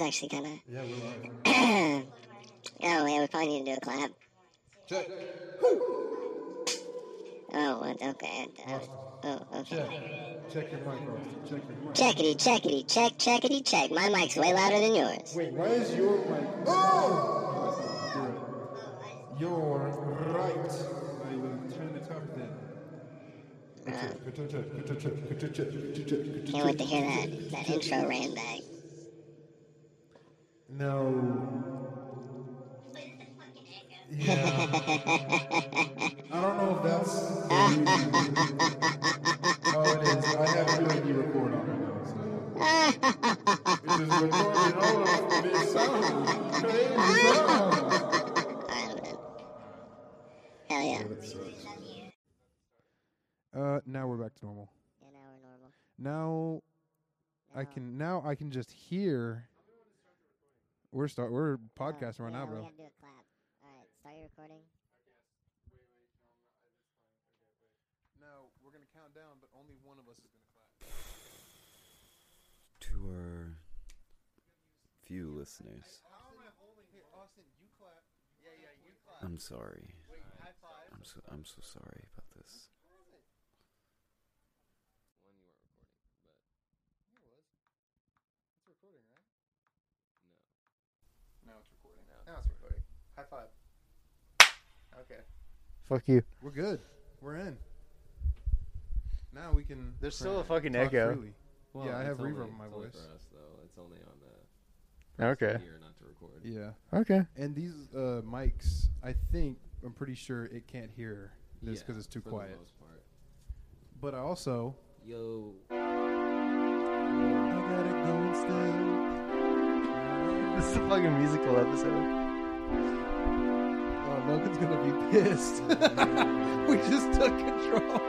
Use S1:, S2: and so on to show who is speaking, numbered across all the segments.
S1: actually kind of.
S2: Yeah, we're live.
S1: oh yeah, we probably need to do a clap.
S2: Check.
S1: Oh, what- okay. uh, oh, okay.
S2: Check. Check your mic, Ross. Check your mic.
S1: Checkity, checkity, check, checkity, check. My mic's way louder than yours.
S2: Wait, why is your mic? Oh! You're right. You're right. I will turn it up then. Ah. Good touch, good touch, good touch, good touch, good touch.
S1: Can't wait to hear that that intro ran back.
S2: No. Yeah. I don't know if that's. oh, it is. I have USB record on right now, so. it is recording all of the sound. Crazy sound.
S1: All right, I'm done. Hell yeah.
S2: Uh, now we're back to normal.
S1: Yeah, now we're normal.
S2: Now, I can now I can just hear. We're start we're podcasting right now, bro.
S1: do a clap. All right, start your recording.
S2: No, we're gonna count down, but only one of us is gonna clap.
S3: to our few listeners. I'm sorry. I'm so I'm so sorry about this.
S4: No, it's recording now. Now it's recording. High five. Okay.
S5: Fuck you.
S2: We're good. We're in. Now we can.
S5: There's
S2: try
S5: still a
S2: to
S5: fucking
S2: talk
S5: echo.
S2: freely. yeah, I
S4: it's
S2: have
S4: only-
S2: reverb in my
S4: it's only
S2: voice.
S4: For us, though. It's only on the
S5: Okay.
S4: here not to record.
S2: Yeah,
S5: Okay.
S2: and these uh, mics, I think I'm pretty sure it can't hear this
S4: Yeah,
S2: because it's too
S4: for
S2: quiet.
S4: The most part.
S2: But I also.
S4: Yo.
S2: I got it going still.
S5: This is a fucking musical episode.
S2: Oh, Logan's gonna be pissed. we just took control.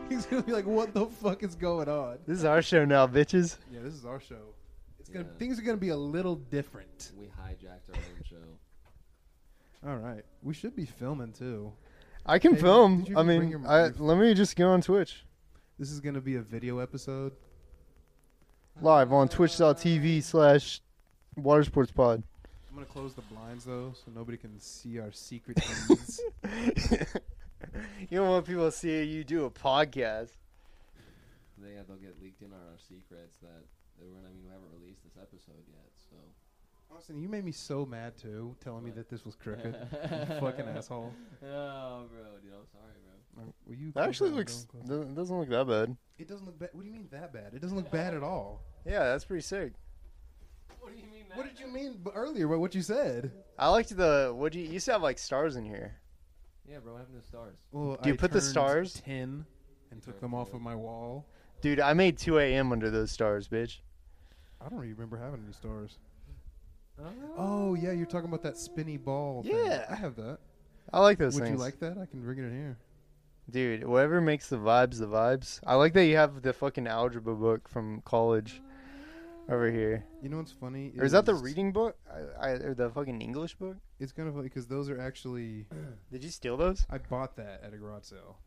S2: He's gonna be like, "What the fuck is going on?"
S5: This is our show now, bitches.
S2: Yeah, this is our show. It's gonna
S4: Yeah.
S2: things are gonna be a little different.
S4: We hijacked our own show.
S2: All right, we should be filming too.
S5: I can
S2: Hey,
S5: film.
S2: did you
S5: I
S2: bring
S5: mean,
S2: your
S5: I,
S2: mic?
S5: let me just go on Twitch
S2: This is gonna be a video episode.
S5: live on twitch.tv slash watersportspod.
S2: I'm gonna close the blinds though, so nobody can see our secret deeds.
S5: you don't want people to see you do a podcast.
S4: They they'll get leaked in on our secrets that they were. I mean, we haven't released this episode yet, so.
S2: Austin, you made me so mad too, telling me
S4: What?
S2: that this was crooked. you fucking asshole.
S4: Oh, bro, dude, I'm sorry, bro.
S2: Uh, Will you
S5: That
S2: close
S5: actually
S2: that
S5: looks
S2: window and close-
S5: doesn't, doesn't look that bad.
S2: It doesn't look bad. What do you mean that bad? It doesn't look bad at all.
S5: Yeah, that's pretty sick.
S4: What do you mean?
S2: What did you mean b- earlier by what you said?
S5: I liked the what do you you used to have like stars in here.
S4: Yeah, bro, I have no stars.
S2: Well,
S5: Do you put the
S2: turned
S5: stars?
S2: ten and took them off of my wall?
S5: Dude, I made 2 a.m. under those stars, bitch.
S2: I don't really remember having any stars. Oh yeah, you're talking about that spinny ball. Thing.
S5: Yeah.
S2: I have that.
S5: I like those
S2: Would
S5: things.
S2: you like that? I can bring it in here.
S5: Dude, whatever makes the vibes, the vibes. I like that you have the fucking algebra book from college over here.
S2: You know what's funny?
S5: Or is that the reading book? I, I, or the fucking English book?
S2: It's kind of funny because those are actually
S5: Did you steal those?
S2: I bought that at a garage sale.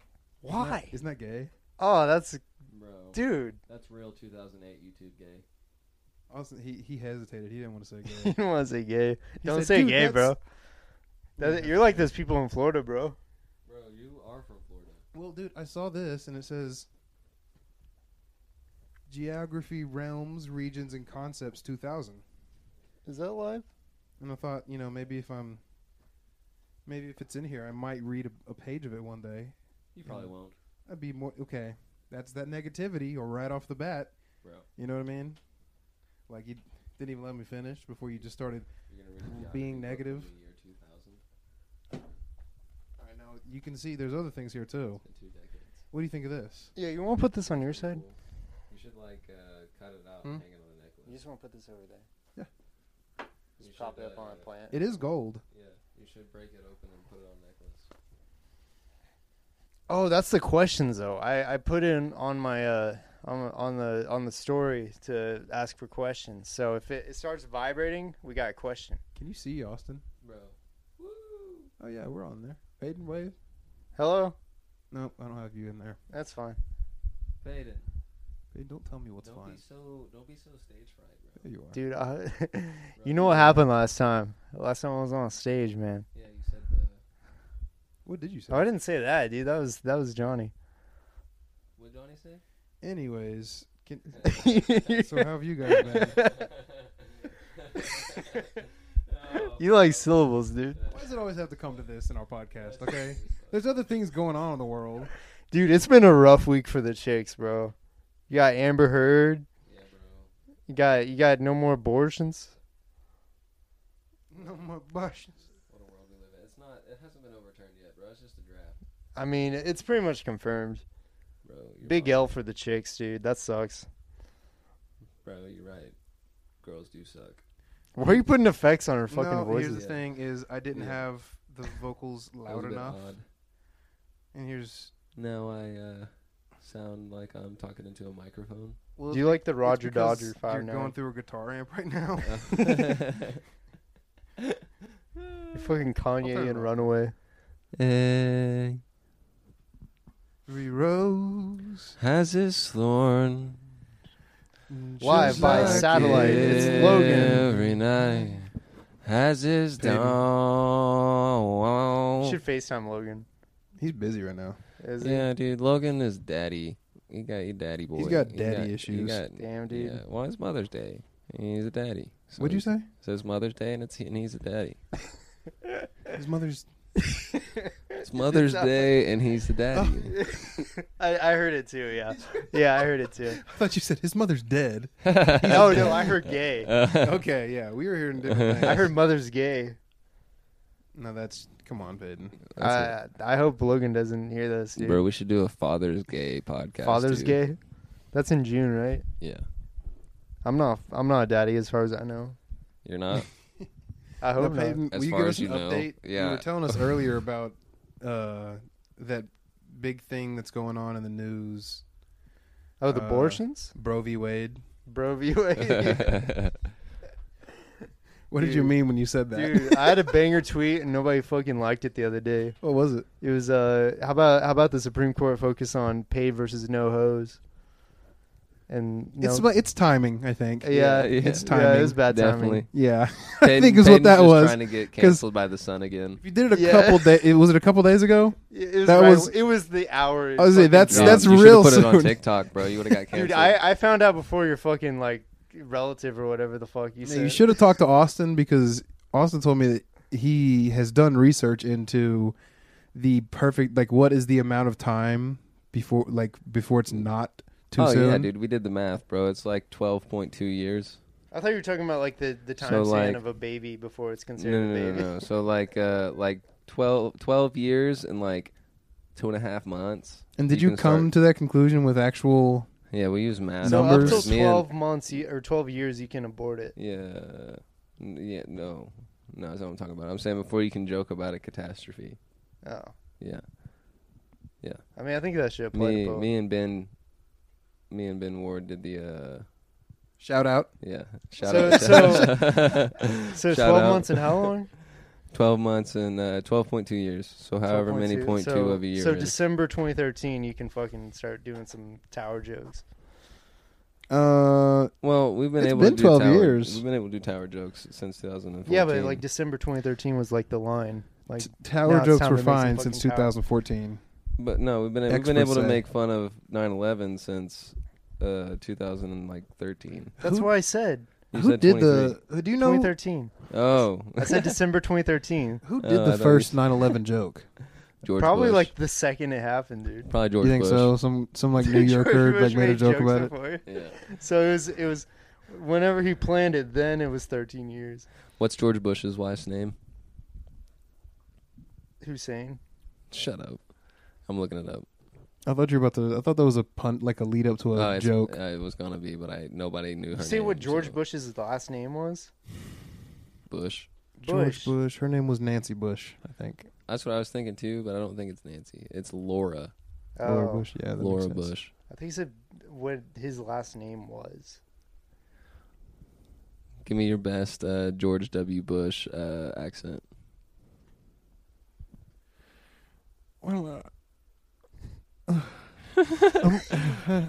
S5: Why?
S2: Isn't that gay?
S5: Oh, that's.
S4: Bro,
S5: Dude.
S4: that's real 2008 YouTube gay.
S2: Austin, he he hesitated. He didn't want to say
S5: You
S2: gay.
S5: don't want to say gay. Don't
S2: said,
S5: say
S2: "Dude,
S5: gay, bro.
S2: that's-
S5: That- you're like those people in Florida, bro.
S4: Bro, you are from Florida.
S2: well, dude, I saw this and it says geography, realms, regions, and concepts 2000.
S5: Is that live?
S2: And I thought, you know, maybe if I'm, maybe if it's in here, I might read a, a page of it one day.
S4: You
S5: Mm.
S4: probably won't,
S2: I'd be more okay. That's that negativity, or right off the bat.
S4: bro.
S2: You know what I mean? Like you didn't even let me finish before you just started.
S4: You're gonna read the
S2: Being
S4: geography book
S2: negative.
S4: in the year 2000
S2: All right, now you can see there's other things here too.
S4: in two decades.
S2: What do you think of this?
S5: Yeah, you want to put this on your
S4: Pretty
S5: side?
S4: cool. You should like uh, cut it out
S2: Hmm?
S4: and hang it on a necklace.
S5: want to put this over there.
S2: Yeah.
S4: Just You pop should, it up on a uh,
S5: plant.
S2: It is gold.
S4: Yeah, you should break it open and put it on a necklace.
S5: Oh, that's the questions though. I, I put in on my uh on on the on the story to ask for questions. So if it, it starts vibrating, we got a question.
S2: Can you see Austin?
S4: Bro.
S2: Oh yeah, we're on there. Fade and wave.
S5: Hello,
S2: No, I don't have you in there.
S5: that's fine.
S4: Fade it.
S2: Hey, don't tell me what's
S4: don't
S2: fine.
S4: be so don't be so stage fright, bro.
S2: There you are.
S5: dude. I, you know what happened last time? Last time I was on stage, man.
S4: Yeah, you said the
S2: What did you say?
S5: Oh, I didn't say that, dude. That was that was Johnny.
S4: what Johnny say?
S2: Anyways, can, so
S5: you
S2: how have you guys been?
S4: Oh,
S5: like syllables, dude.
S2: Why does it always have to come to this in our podcast? Okay, there's other things going on in the world.
S5: Dude, it's been a rough week for the chicks, bro. You got Amber Heard.
S4: yeah, bro.
S5: You got you got no more abortions.
S2: No more abortions.
S4: What a world we live in. It's not. It hasn't been overturned yet, bro. It's just a draft,
S5: I mean, it's pretty much confirmed.
S4: bro. You're
S5: Big
S4: right.
S5: L for the chicks, dude. That sucks.
S4: bro. You're right. Girls do suck.
S5: Why are you putting effects on her fucking
S2: No, here's
S5: voices?
S2: the thing: is I didn't
S4: Yeah.
S2: have the vocals
S4: That was
S2: loud
S4: a bit
S2: enough,
S4: odd.
S2: and here's
S4: Now I uh, sound like I'm talking into a microphone.
S2: well,
S5: Do you like the
S2: it's
S5: Roger
S2: because
S5: Dodger
S2: You're
S5: five
S2: going
S5: nine?
S2: through a guitar amp right now.
S5: Fucking
S2: turn
S5: Kanye
S2: it
S5: and
S2: off.
S5: Runaway.
S4: Egg
S2: Three rows.
S4: has his thorn.
S5: Live by
S2: like
S5: satellite. It's
S2: it.
S5: Logan.
S4: Every night has his dawn.
S5: You should FaceTime Logan.
S2: He's busy right now.
S5: Is it?
S4: Yeah, dude. Logan is daddy. He got he daddy boy.
S2: got
S4: He
S2: daddy
S4: he
S2: issues.
S4: got-
S5: Damn, dude.
S4: Yeah. Well, it's Mother's Day. He's a daddy. So
S2: What'd you say?
S4: So it's Mother's Day, and it's and he's a daddy.
S2: His mother's.
S4: It's Mother's Day, and he's a daddy.
S5: I, I heard it too, yeah. Yeah, I heard it too.
S2: I thought you said his mother's dead.
S5: oh, no, I heard gay.
S4: Uh,
S2: okay, yeah, we were hearing different things.
S5: I heard mother's gay.
S2: No, that's come on, Peyton.
S5: I, I hope Logan doesn't hear this, dude.
S4: Bro, we should do a Father's Gay podcast.
S5: Father's
S4: dude.
S5: gay. That's in June, right?
S4: Yeah.
S5: I'm not. I'm not a daddy, as far as I know.
S4: You're not?
S5: I hope
S2: no,
S5: not.
S2: Peyton,
S4: As
S2: will you
S4: far
S2: give
S4: as
S2: us an
S4: you know,
S2: update? You
S4: yeah.
S2: were telling us earlier about uh, that big thing that's going on in the news.
S5: Oh, the
S2: Uh,
S5: abortions,
S2: Bro v. Wade.
S5: bro. View.
S2: What did you
S5: Dude.
S2: mean when you said that?
S5: Dude, I had a banger tweet and nobody fucking liked it the other day.
S2: what was it?
S5: It was uh, how about how about the Supreme Court focus on paid versus no hose? And no,
S2: It's it's timing, I think.
S5: yeah, yeah,
S2: It's
S5: yeah,
S2: timing.
S5: it was bad
S4: Definitely.
S5: timing.
S2: Yeah, I think is what that
S4: just
S2: was.
S4: trying to get
S2: 'cause-
S4: canceled by the sun again.
S2: If you did it a
S5: Yeah.
S2: couple days, was it a couple days ago?
S5: It it was
S2: That
S5: right-
S2: was-
S5: it was the hour. it
S2: I was gonna say,
S5: fucking
S2: that's-
S5: dropped.
S2: that's
S4: you should've
S2: real
S4: put it on
S2: soon.
S4: TikTok, bro. You would have got canceled.
S5: dude. I, I found out before your fucking like relative or whatever the fuck you
S2: Yeah,
S5: said.
S2: you should have talked to Austin because Austin told me that he has done research into the perfect like what is the amount of time before like before it's not too
S4: oh
S2: soon.
S4: yeah, dude. We did the math, bro. It's like 12.2 years.
S5: I thought you were talking about like the the time
S4: So,
S5: span
S4: like-
S5: of a baby before it's
S4: No,
S5: considered
S4: no,
S5: a
S4: no,
S5: baby.
S4: no, no. So like uh like 12, 12 years and like two and a half months.
S2: And did you,
S4: can
S2: come
S4: start-
S2: to that conclusion with actual?
S4: Yeah, we use math.
S5: So
S2: Numbers.
S5: up till
S4: Me and-
S5: twelve months you, or twelve years, you can abort it.
S4: Yeah. N- Yeah, no. No, that's not what I'm talking about. I'm saying before you can joke about a catastrophe.
S5: Oh,
S4: Yeah.
S5: I mean, I think that should apply
S4: Me
S5: to both.
S4: me and Ben me and Ben Ward did the uh
S2: Shout out.
S4: yeah. Shout
S5: So-
S4: out.
S5: so
S4: Shout
S5: twelve
S4: out.
S5: months and how long?
S4: 12 months and uh 12.2 years. So however many
S5: 12.2.
S4: point
S5: so,
S4: two of a year.
S5: So
S4: is.
S5: December 2013, you can fucking start doing some tower jokes.
S2: Uh,
S4: well, we've been
S2: It's
S4: able
S2: been
S4: to do
S2: 12
S4: tower,
S2: years.
S4: We've been able to do tower jokes since 2014.
S5: Yeah, but like December 2013 was like the line. Like
S2: t-
S5: now
S2: tower
S5: it's
S2: jokes
S5: time
S2: were
S5: to make some
S2: fine since
S5: fucking tower.
S2: 2014.
S4: But no, we've been we've been
S2: Experts
S4: able to
S2: say.
S4: make fun of 9/11 since uh 2013.
S5: that's
S2: who-
S5: what I said.
S4: You
S2: who
S4: said
S2: did the? who- Do you know
S5: 2013.
S4: 23. Oh,
S5: I said December 2013.
S2: who
S4: Oh,
S2: did
S4: I
S2: the
S4: thought you
S2: first
S4: said-
S2: 9/11 joke?
S4: George
S5: Probably
S4: Bush.
S5: like the second it happened, dude.
S4: probably George
S2: you think
S4: Bush.
S2: so? Some some like New
S5: George
S2: Yorker
S5: Bush
S2: like made a joke
S5: jokes
S2: about it.
S5: before.
S4: Yeah.
S5: So it was it was whenever he planned it, then it was 13 years.
S4: What's George Bush's wife's name?
S5: Hussein.
S4: Shut up. I'm looking it up.
S2: I thought you were about to. I thought that was a punt, like a lead up to
S4: Oh,
S2: a
S4: it's-
S2: joke.
S4: Uh, it was gonna be, but I nobody knew her.
S5: You say
S4: name,
S5: what George
S4: so-
S5: Bush's last name was?
S4: Bush.
S5: Bush.
S2: George Bush. Her name was Nancy Bush, I think.
S4: That's what I was thinking too, but I don't think it's Nancy. It's Laura.
S2: Laura
S5: Oh,
S2: Bush. Yeah, that
S4: Laura
S2: makes sense.
S4: Bush.
S5: I think he said what his last name was.
S4: Give me your best uh, George W. Bush uh, accent.
S2: Well, uh,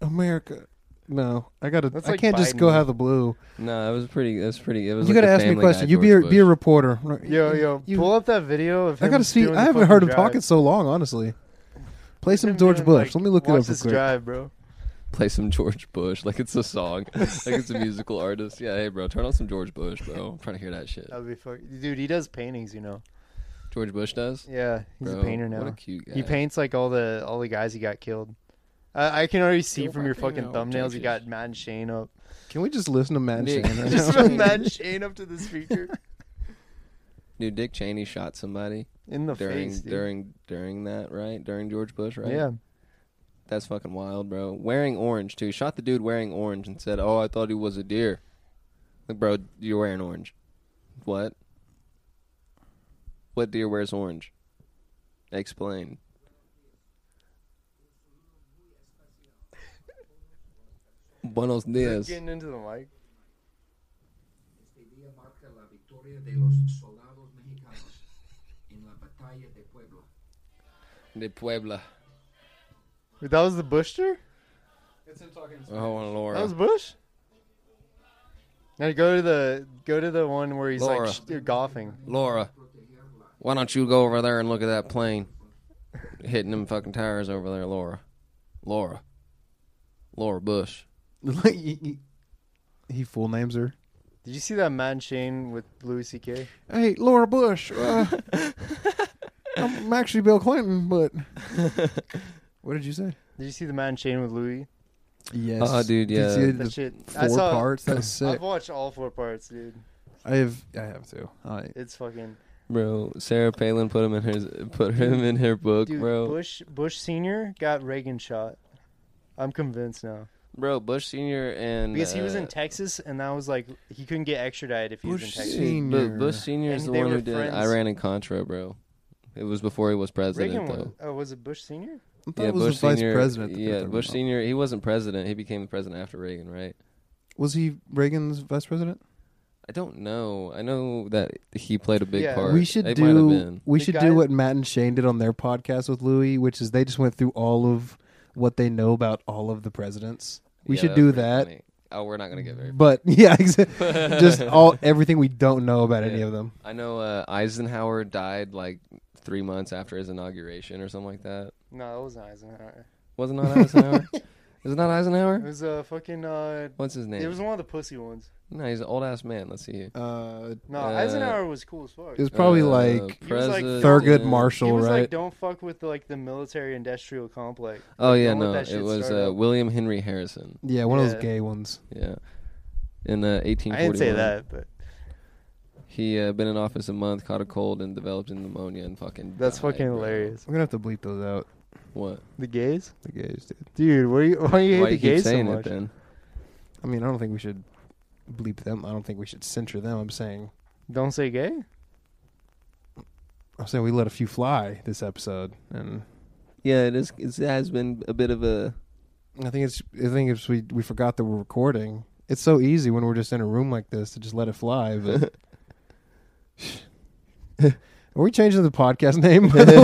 S2: America. No, I gotta.
S5: That's
S2: I
S5: like
S2: can't just
S5: Biden.
S2: go out of the blue.
S4: No, it was pretty. It was pretty. It was.
S2: You
S4: like
S2: gotta ask me a
S4: Family
S2: question.
S4: Guy
S2: You be
S4: George
S2: a, be a
S4: Bush.
S2: reporter.
S5: Yo, yo,
S2: You-
S5: pull up that video of
S2: I
S5: him
S2: gotta see.
S5: doing
S2: I
S5: the
S2: haven't
S5: fucking
S2: heard him
S5: drive.
S2: talk in so long. Honestly, play some
S5: Him
S2: George
S5: doing,
S2: Bush.
S5: like,
S2: Let me look it
S5: watch
S2: up real
S5: this
S2: quick.
S5: drive, bro.
S4: play some George Bush like it's a song, like it's a musical artist. Yeah, hey bro, turn on some George Bush, bro. I'm trying to hear that shit.
S5: That'd be fuck Dude, he does paintings, you know.
S4: George Bush does.
S5: Yeah, he's
S4: Bro,
S5: a painter now.
S4: What a cute guy.
S5: He paints like all the all the guys he got killed. I I can already see
S4: Yo,
S5: from
S4: my
S5: your fucking
S4: fingernail
S5: thumbnails you got
S4: touches.
S5: Matt and Shane up.
S2: Can we just listen to Matt and
S4: Nick.
S2: Shane right
S5: Just
S2: now?
S5: put Matt and Shane up to the speaker
S4: Dude, Dick Cheney shot somebody
S5: in the
S4: during
S5: face, dude.
S4: during during that right during George Bush right.
S5: Yeah,
S4: that's fucking wild, bro. Wearing orange too. He Shot the dude wearing orange and said, "Oh, I thought he was a deer." Like, bro, you're wearing orange. What? What deer wears orange? Explain. Buenos dias.
S5: getting into the mic.
S6: Este día marca la victoria de los soldados mexicanos en la batalla de Puebla.
S4: De Puebla.
S5: Wait, That was the Busher.
S4: Oh, and Laura.
S5: That was Bush. Now go to the go to the one where he's
S4: Laura.
S5: like sh- you're golfing.
S4: Laura, why don't you go over there and look at that plane hitting them fucking tires over there, Laura? Laura. Laura Bush.
S2: Like, he- he- he full names her.
S5: Did you see that Matt and Shane with Louis C.K.?
S2: Hey, Laura Bush. Uh, I'm, I'm actually Bill Clinton, but what did you say?
S5: Did you see the Matt and Shane with Louis?
S2: Yes.
S4: Uh, dude,
S2: Did you
S4: yeah.
S2: see
S5: That
S2: the
S5: shit. I
S2: four
S5: saw,
S2: parts. That was sick.
S5: I've watched all four parts, dude.
S2: I have. I have
S4: Uh,
S2: too. I,
S5: It's fucking
S4: Bro, Sarah Palin put him in her put him in her book,
S5: dude.
S4: bro.
S5: Bush Bush Senior got Reagan shot. I'm convinced now
S4: Bro, Bush Senior and
S5: because he was
S4: uh,
S5: in Texas, and that was like he couldn't get extradited if he was in
S2: Bush
S5: Texas.
S2: Senior.
S4: Bu- Bush Senior is
S5: And
S4: the
S5: they
S4: one
S5: were
S4: who did
S5: friends.
S4: Iran and Contra, bro. It was before he was president,
S5: Reagan was,
S4: though.
S5: oh, was it Bush Senior?
S2: I thought
S4: yeah,
S2: it was
S4: Bush
S2: the vice
S4: Senior.
S2: president. that they were
S4: yeah,
S2: talking
S4: Bush
S2: about.
S4: Senior. He wasn't president. He became the president after Reagan, right?
S2: Was he Reagan's vice president?
S4: I don't know. I know that he played a big
S5: Yeah.
S4: part.
S2: We should
S4: It might have
S2: do.
S4: been.
S2: We
S5: The
S2: should
S5: guy-
S2: do what Matt and Shane did on their podcast with Louis, which is they just went through all of what they know about all of the presidents. We
S4: Yeah,
S2: should
S4: that's
S2: do
S4: pretty
S2: that.
S4: funny. Oh, we're not gonna get very.
S2: But yeah, exactly. just all everything we don't know about any
S4: Yeah.
S2: of them.
S4: I know uh, Eisenhower died like three months after his inauguration or something like that.
S5: No, that wasn't Eisenhower.
S4: Wasn't that Eisenhower? Is it not Eisenhower?
S5: It was a uh, fucking. Uh,
S4: What's his name?
S5: it was one of the pussy ones.
S4: no, he's an old ass man. Let's see here.
S2: Uh,
S5: No,
S4: Uh,
S5: Eisenhower was cool as fuck.
S2: it was probably
S4: Uh,
S2: like
S5: He was like
S4: President-
S2: Thurgood
S5: he
S2: Marshall,
S5: was
S2: right?
S5: like, "Don't fuck with like the military-industrial complex."
S4: Oh
S5: Like,
S4: yeah,
S5: don't let
S4: no,
S5: that shit
S4: it was
S5: start
S4: uh,
S5: up.
S4: William Henry Harrison.
S2: yeah, one of
S5: Yeah.
S2: those gay ones.
S4: Yeah, in uh, 1841.
S5: I didn't say that, but
S4: He uh, been in office a month, caught a cold, and developed pneumonia and fucking.
S5: that's
S4: died,
S5: fucking
S4: bro.
S5: hilarious.
S2: We're gonna have to bleep those out.
S4: What?
S5: The gays,
S2: The gays, dude.
S5: dude. Why you, why you hate
S4: Why
S5: the
S4: you keep
S5: gays so
S4: saying it
S5: much?
S4: then?
S2: I mean, I don't think we should bleep them. I don't think we should censor them. I'm saying,
S5: Don't say gay.
S2: I'm saying we let a few fly this episode, and
S4: Yeah, it is. It has been a bit of a.
S2: I think it's I think it's we we forgot that we're recording. It's so easy when we're just in a room like this to just let it fly. But are we changing the podcast name? By the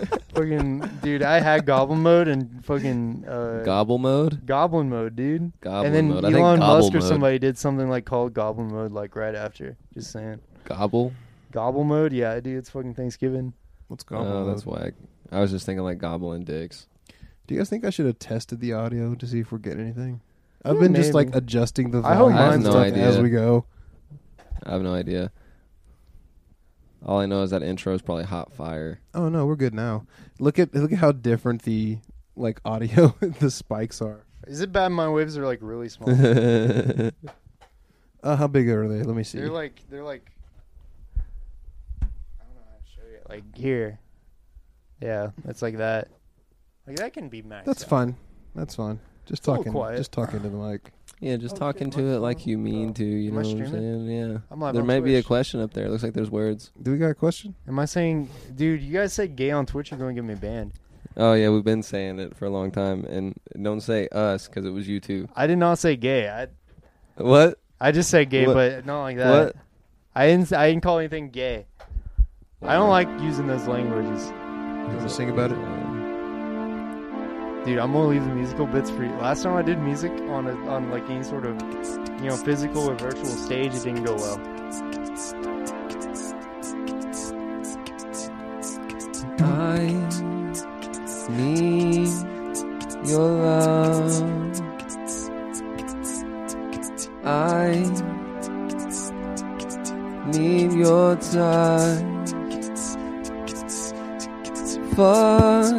S2: way,
S5: Fucking dude, I had goblin mode and fucking uh,
S4: Gobble mode.
S5: goblin mode, dude.
S4: Goblin
S5: and then
S4: mode. I think
S5: Elon
S4: gobble
S5: Musk or
S4: mode.
S5: somebody did something like called goblin mode, like right after. Just saying,
S4: Gobble.
S5: gobble mode. Yeah, dude, it's fucking Thanksgiving.
S2: what's going
S5: Uh,
S4: Oh,
S2: on?
S4: that's why. I, I was just thinking like gobbling dicks.
S2: Do you guys think I should have tested the audio to see if we're getting anything? I've
S5: Yeah,
S2: been just like
S5: maybe.
S2: adjusting the
S5: I hope
S2: volume
S5: mine's
S2: and
S5: I have
S2: stuff
S5: no
S2: as
S4: idea.
S2: we go.
S4: I have no idea. All I know is that intro is probably hot fire.
S2: Oh no, we're good now. Look at look at how different the like audio the spikes are.
S5: Is it bad? My waves are like really small.
S2: Uh, how big are they? Let me see.
S5: they're like they're like. I don't know how to show you. Like here, yeah, it's like that. Like that can be maxed.
S2: That's
S5: out.
S2: fine. That's fine. Just
S5: It's a little
S2: talking.
S5: quiet.
S2: Just talking to the mic.
S4: Yeah, just
S5: Oh, shit,
S4: talking
S5: my
S4: to it like you mean
S5: phone.
S4: to. You
S5: Am
S4: know
S5: I
S4: what I'm
S5: streaming?
S4: saying? Yeah.
S5: I'm live
S4: there
S5: on
S4: may be a
S5: Twitch.
S4: question up there. Looks like there's words.
S2: Do we got a question?
S5: Am I saying, dude? You guys said gay on Twitch. You're going to get me banned.
S4: Oh yeah, we've been saying it for a long time, and don't say us because it was you too.
S5: I did not say gay. I
S4: What?
S5: I just said gay,
S4: What-
S5: but not like that.
S4: what?
S5: I didn't. I didn't call anything gay. I don't like using those languages.
S2: You want to sing about it?
S5: Dude, I'm gonna leave the musical bits for you. Last time I did music on a, on like any sort of you know physical or virtual stage, it didn't go well.
S4: I need your love. I need your touch. Fuck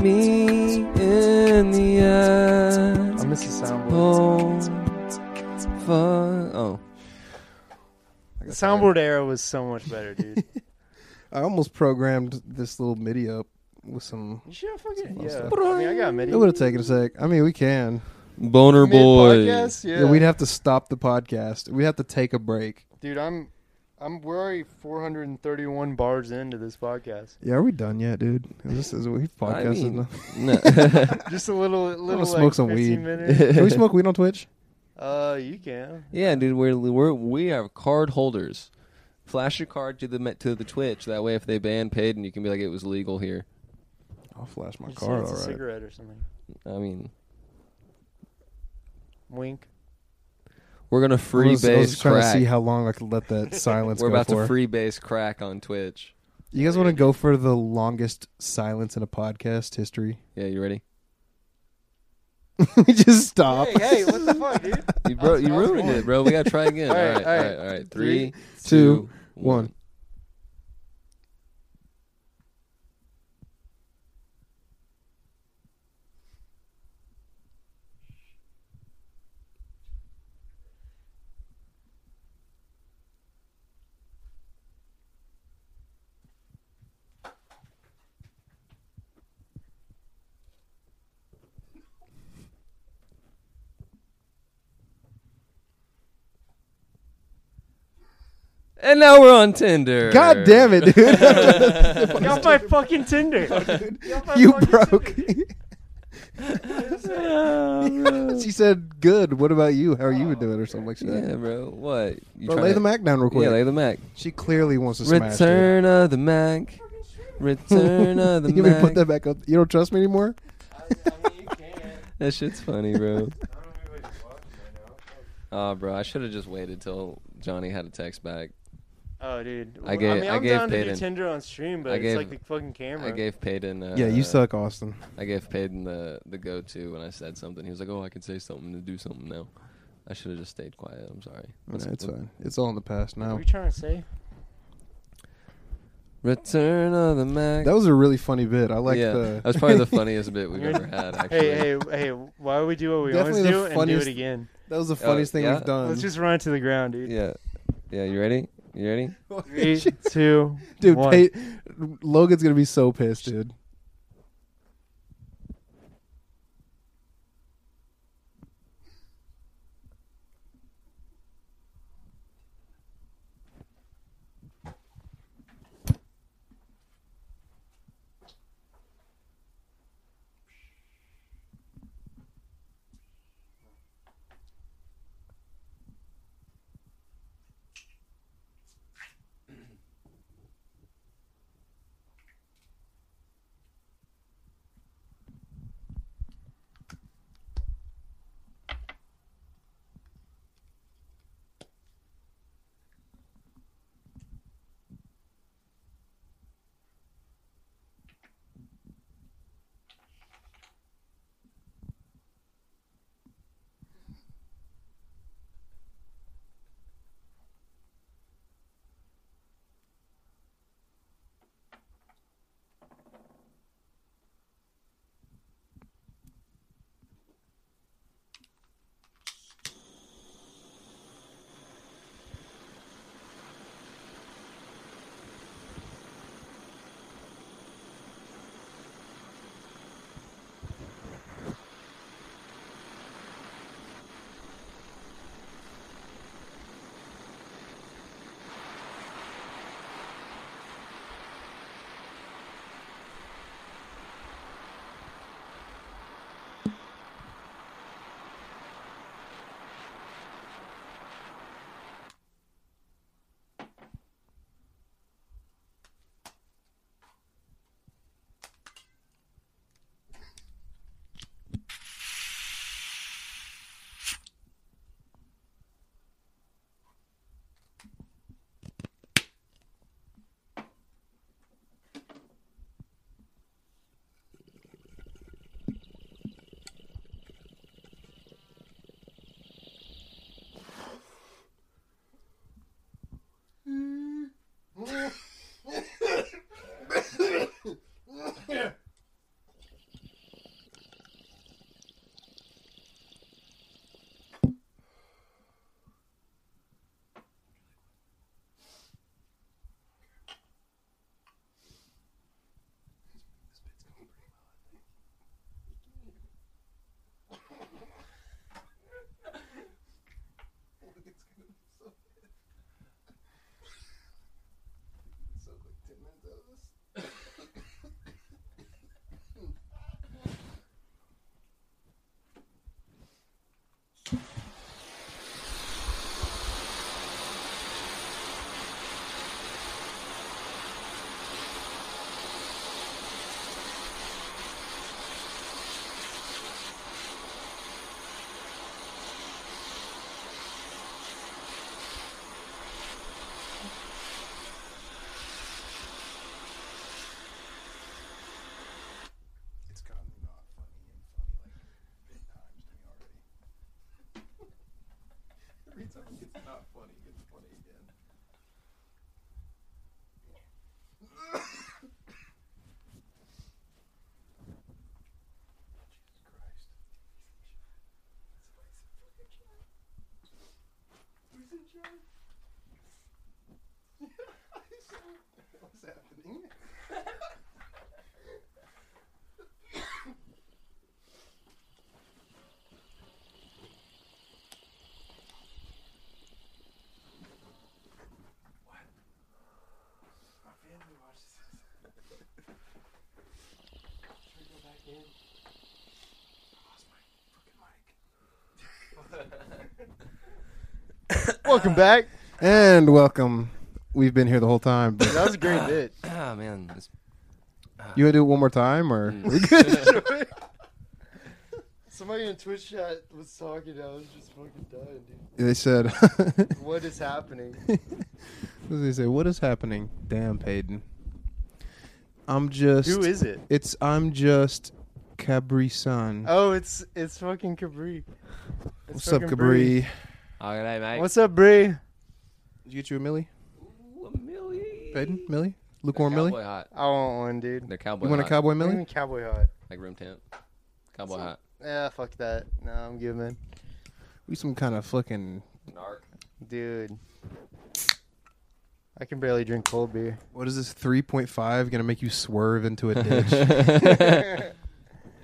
S4: me in the ass.
S5: I miss the soundboard.
S4: Oh, fuck. Oh.
S5: The soundboard era was so much better, dude.
S2: I almost programmed this little MIDI up with some.
S5: you should have fucking
S2: Some
S5: yeah.
S2: stuff.
S5: I mean, I got MIDI.
S2: It would have taken a sec. I mean, we can.
S4: Boner boy.
S5: Mid-podcast, Yeah.
S2: Yeah, we'd have to stop the podcast. We'd have to take a break.
S5: dude, I'm I'm we're already 431 bars into this podcast.
S2: Yeah, are we done yet, dude? This is we
S4: I
S2: podcasting.
S4: mean-
S2: now.
S4: No.
S5: Just a little little like,
S2: smoke some
S5: 15
S2: weed.
S5: minutes.
S2: Can we smoke weed on Twitch?
S5: uh, you can.
S4: yeah, dude, we're, we're we are card holders. Flash your card to the me- to the Twitch. That way, if they ban paid, and you can be like, it was legal here.
S2: I'll flash my
S5: Just
S2: car.
S5: lights
S2: All
S5: a
S2: right.
S5: cigarette or something.
S4: I mean,
S5: Wink.
S4: we're gonna
S2: I
S4: free
S2: was- I was
S4: base
S2: just trying to
S4: crack.
S2: see how long I could let that silence
S4: we're
S2: go
S4: about
S2: for.
S4: to free base crack on Twitch.
S2: you guys want to go for the longest silence in a podcast history?
S4: Yeah, you ready?
S2: we just stop.
S5: Hey, hey, what the fuck, dude?
S4: You bro, you
S5: I was
S4: ruined
S5: born.
S4: it, bro. We gotta try again. all,
S5: All
S4: right,
S5: right,
S4: all
S5: all
S4: right,
S5: right.
S4: all right. Three, two, one.
S2: two, one.
S4: And now we're on Tinder.
S2: God damn it, dude!
S5: Get off my fucking Tinder. Get off my
S2: you
S5: fucking
S2: broke.
S5: Tinder.
S2: she said, "Good. What about you? How are you doing?" Or something like
S4: uh, Oh, Yeah,
S2: that.
S4: bro. What? You
S2: But
S4: trying
S2: lay
S4: to-
S2: the Mac down real quick.
S4: Yeah, lay the Mac.
S2: she clearly wants to smash. dude.
S4: Return of the Mac. Return of the
S2: you
S4: Mac.
S2: can put that back up. You don't trust me anymore.
S5: I mean, you can.
S4: That shit's funny, bro.
S5: I don't know if anybody's watching right now.
S4: Aw, bro, I should have just waited till Johnny had a text back.
S5: Oh, dude.
S4: I gave-
S5: I mean,
S4: I
S5: am
S4: gave
S5: down to do
S4: Peyton-
S5: Tinder on stream, but
S4: I
S5: it's
S4: gave-
S5: like the fucking camera.
S4: I gave Payton. Uh,
S2: yeah, you suck, Austin.
S4: I gave Payton the the go to when I said something. He was like, "Oh, I can say something to do something now." I should have just stayed quiet. I'm sorry.
S2: No,
S4: What's-
S2: it's
S4: what-
S2: fine. It's all in the past
S5: What are
S2: now.
S5: you trying to say?
S4: Return of the Mac.
S2: That was a really funny bit. I like
S4: yeah,
S2: the.
S4: that was probably the funniest bit we've ever had. Actually,
S5: Hey, hey, hey! Why would we do what we
S2: Definitely the
S5: always do and do it
S2: funniest-
S5: again?
S2: That was the funniest thing
S4: Oh, yeah.
S2: we've done.
S5: Let's just run it to the ground, dude.
S4: yeah, yeah. You ready? You ready?
S5: Three, two,
S2: dude,
S5: one.
S2: Pay, Logan's gonna be so pissed, dude.
S5: Welcome back.
S2: And welcome. We've been here the whole time. But
S5: That was a great bit.
S4: Ah man, this-
S2: you want to do it one more time, or
S5: Mm. Somebody in Twitch chat was talking. I was just fucking dying, dude.
S2: they said, what did
S5: What is happening?
S2: they say? What is happening? Damn, Peyton. I'm just.
S5: Who is it?
S2: It's I'm just Cabri Sun.
S5: Oh, it's it's fucking Cabri. It's
S2: What's up,
S5: fucking Bree.
S2: Cabri?
S4: all right, mate.
S5: What's up, Bree?
S2: Did you get you a Millie?
S4: Ooh, a million?
S2: Peyton? Millie? Lukewarm
S4: cowboy
S2: Millie?
S4: hot.
S5: I want one, dude.
S4: They're cowboy.
S2: You want a
S4: hot.
S2: cowboy
S5: What do you
S2: Millie?
S5: mean cowboy hot?
S4: Like room temp. Cowboy hot.
S5: Yeah, fuck that. No, I'm giving.
S2: We some kind of fucking.
S4: Narc.
S5: Dude. I can barely drink cold beer.
S2: What is this? 3.5 gonna make you swerve into a ditch?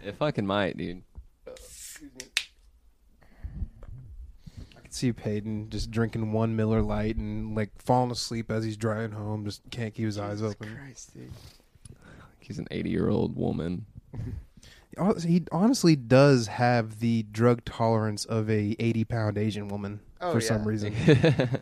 S4: It fucking might, dude.
S2: see Peyton just drinking one Miller Light and like falling asleep as he's driving home, just can't keep his eyes open.
S5: Christ, dude.
S4: He's an 80 year old woman.
S2: Hon- He honestly does have the drug tolerance of a eighty pound Asian woman
S5: Oh,
S2: for
S5: yeah.
S2: some reason.
S4: yeah, you,
S5: Did you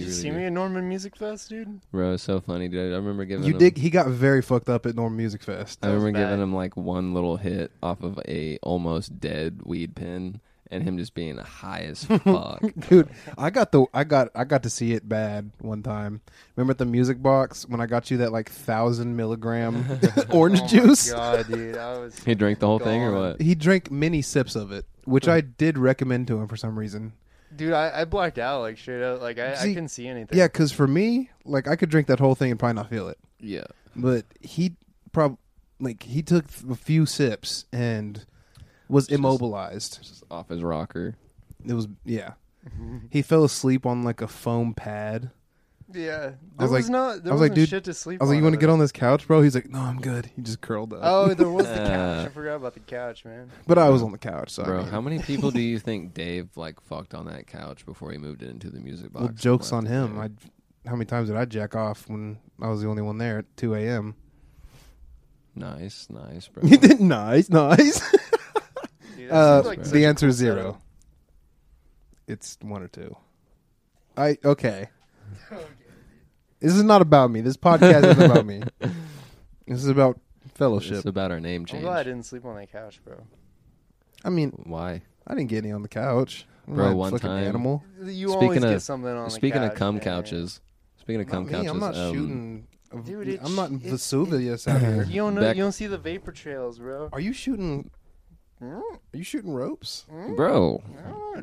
S4: really
S5: see
S4: do.
S5: me at Norman Music Fest, dude?
S4: Bro, it's so funny, dude. I remember giving
S2: you
S4: him,
S2: dig? He got very fucked up at Norm Music Fest.
S4: I remember
S5: was bad.
S4: giving him like one little hit off of a almost dead weed pen, and him just being high as fuck.
S2: Dude, I got the I got I got to see it bad one time. Remember at the music box when I got you that like thousand milligram orange juice?
S5: Oh God, dude. I was.
S4: he drank the whole thing or
S5: Gone.
S4: what?
S2: He drank many sips of it, which I did recommend to him for some reason.
S5: Dude, I, I blacked out, like, straight up. Like, I, I
S2: See-
S5: couldn't see anything.
S2: Yeah, because for me, like I could drink that whole thing and probably not feel it.
S4: Yeah,
S2: But he probably like he took a few sips and was immobilized.
S4: just off his rocker.
S2: It was yeah.
S5: Mm-hmm.
S2: he fell asleep on like a foam pad.
S5: Yeah. There
S2: I was
S5: was,
S2: like-
S5: not, there
S2: I was like,
S5: wasn't
S2: dude-
S5: shit to sleep
S2: I was like,
S5: on
S2: "You want to
S5: over
S2: get
S5: there."
S2: on this couch, bro?" He's like, "No, I'm good." He just curled up.
S5: Oh, there was the
S4: Uh,
S5: couch. I forgot about the couch, man.
S2: but I was on the couch, so I
S4: Bro,
S2: mean-
S4: how many people do you think Dave like fucked on that couch before he moved it into the music box?
S2: well, jokes on
S4: Left it
S2: him.
S4: there.
S2: I how many times did I jack off when I was the only one there at 2 a.m.
S4: nice, nice, bro.
S2: He did nice, nice.
S5: Dude, that
S2: Uh,
S5: seems like such
S2: the
S5: a
S2: answer
S5: cool
S2: is zero.
S5: setup.
S2: It's one or two. I okay. This is not about me. This podcast isn't about me. This is about
S4: It's
S2: fellowship.
S4: about our name change.
S5: I'm glad I didn't sleep on that couch, bro.
S2: I mean,
S4: Why?
S2: I didn't get any on the couch. I'm
S4: Bro,
S2: not a
S4: one
S2: fucking
S4: time-
S2: animal.
S5: You always get something on the
S4: speaking
S5: couch,
S4: of cum
S5: man.
S4: couches, speaking of cum
S2: Not me.
S4: couches,
S2: I'm not
S4: um,
S2: shooting.
S5: Dude, it
S2: I'm not
S5: sh-
S2: in
S5: it-
S2: Vesuvius out here.
S5: You don't know.
S4: Back-
S5: you don't see the vapor trails, bro. Mm,
S2: Are you shooting? Are you shooting ropes?
S4: bro,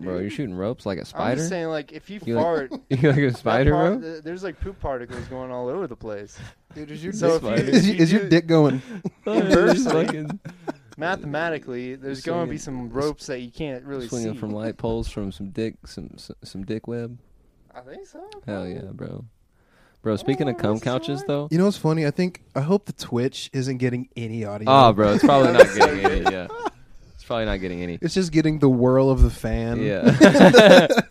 S4: bro, you're shooting ropes like a
S5: I'm
S4: spider.
S5: just saying, like, if you,
S4: You like-
S5: fart,
S4: you like a
S5: that
S4: spider,
S5: part-
S4: bro?
S5: th- there's like poop particles going all over the place.
S2: Dude, is your
S5: So
S2: dick,
S5: if you-
S2: is,
S5: if you
S2: is your
S5: do-
S2: dick going?
S4: Just fucking
S5: Mathematically, there's going to be some
S4: Swinging-
S5: ropes that you can't really
S4: swinging
S5: see.
S4: from light poles from some dick, some some, some dick web.
S5: I think so.
S4: Hell yeah, bro. Bro, speaking
S5: Oh,
S4: of cum couches though.
S2: You know what's funny? I think I hope the Twitch isn't getting any audio.
S4: Oh, bro, it's probably not getting any. Yeah, it's probably not getting any.
S2: It's just getting the whirl of the fan.
S4: Yeah.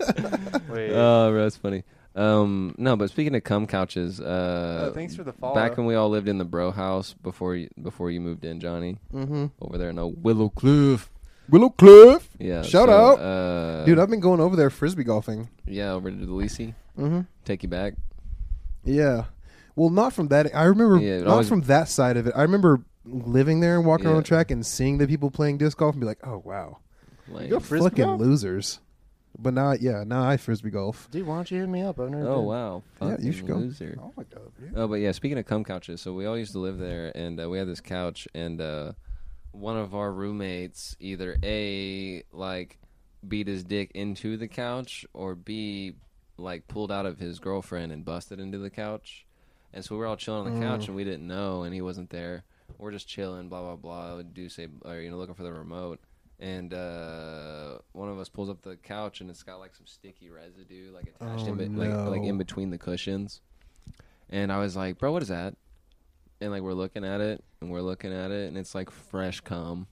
S5: Wait.
S2: Uh,
S4: oh, bro, that's funny. Um, no, but speaking of cum couches, uh,
S5: Oh, thanks for the follow.
S4: Back when we all lived in the bro house before you, before you moved in, Johnny,
S2: Mm-hmm.
S4: over there in a Willow Cliff.
S2: Willow Cliff.
S4: Yeah.
S2: Shout
S4: so,
S2: out.
S4: uh,
S2: Dude, I've been going over there frisbee golfing.
S4: Yeah, over to Delisi.
S2: Mm-hmm.
S4: Take you back.
S2: Yeah. Well, not from that. I remember
S4: Yeah, it
S2: not
S4: always-
S2: from that side of it. I remember living there and walking
S4: Yeah.
S2: around the track and seeing the people playing disc golf and be like, "Oh wow,
S4: Lame.
S2: you're
S5: frisbee
S2: fucking
S5: golf?
S2: losers." But now, yeah, now I frisbee golf.
S5: dude, why don't you hit me up? I've never
S4: oh
S5: been.
S4: wow.
S2: Yeah, you
S4: Fucking
S2: should go.
S4: Loser.
S5: Oh my god, dude.
S4: Oh, but yeah, speaking of cum couches, so we all used to live there, and uh, we had this couch, and uh, one of our roommates either a like beat his dick into the couch, or B, like pulled out of his girlfriend and busted into the couch. And so we were all chilling on the
S2: Mm.
S4: couch, and we didn't know, and he wasn't there. We're just chilling, blah blah blah. Do say, or you know, looking for the remote. And uh, one of us pulls up the couch, and it's got like some sticky residue, like attached
S2: Oh,
S4: in, be-
S2: no.
S4: like like in between the cushions. And I was like, "Bro, what is that?" And like we're looking at it, and we're looking at it, and it's like fresh cum.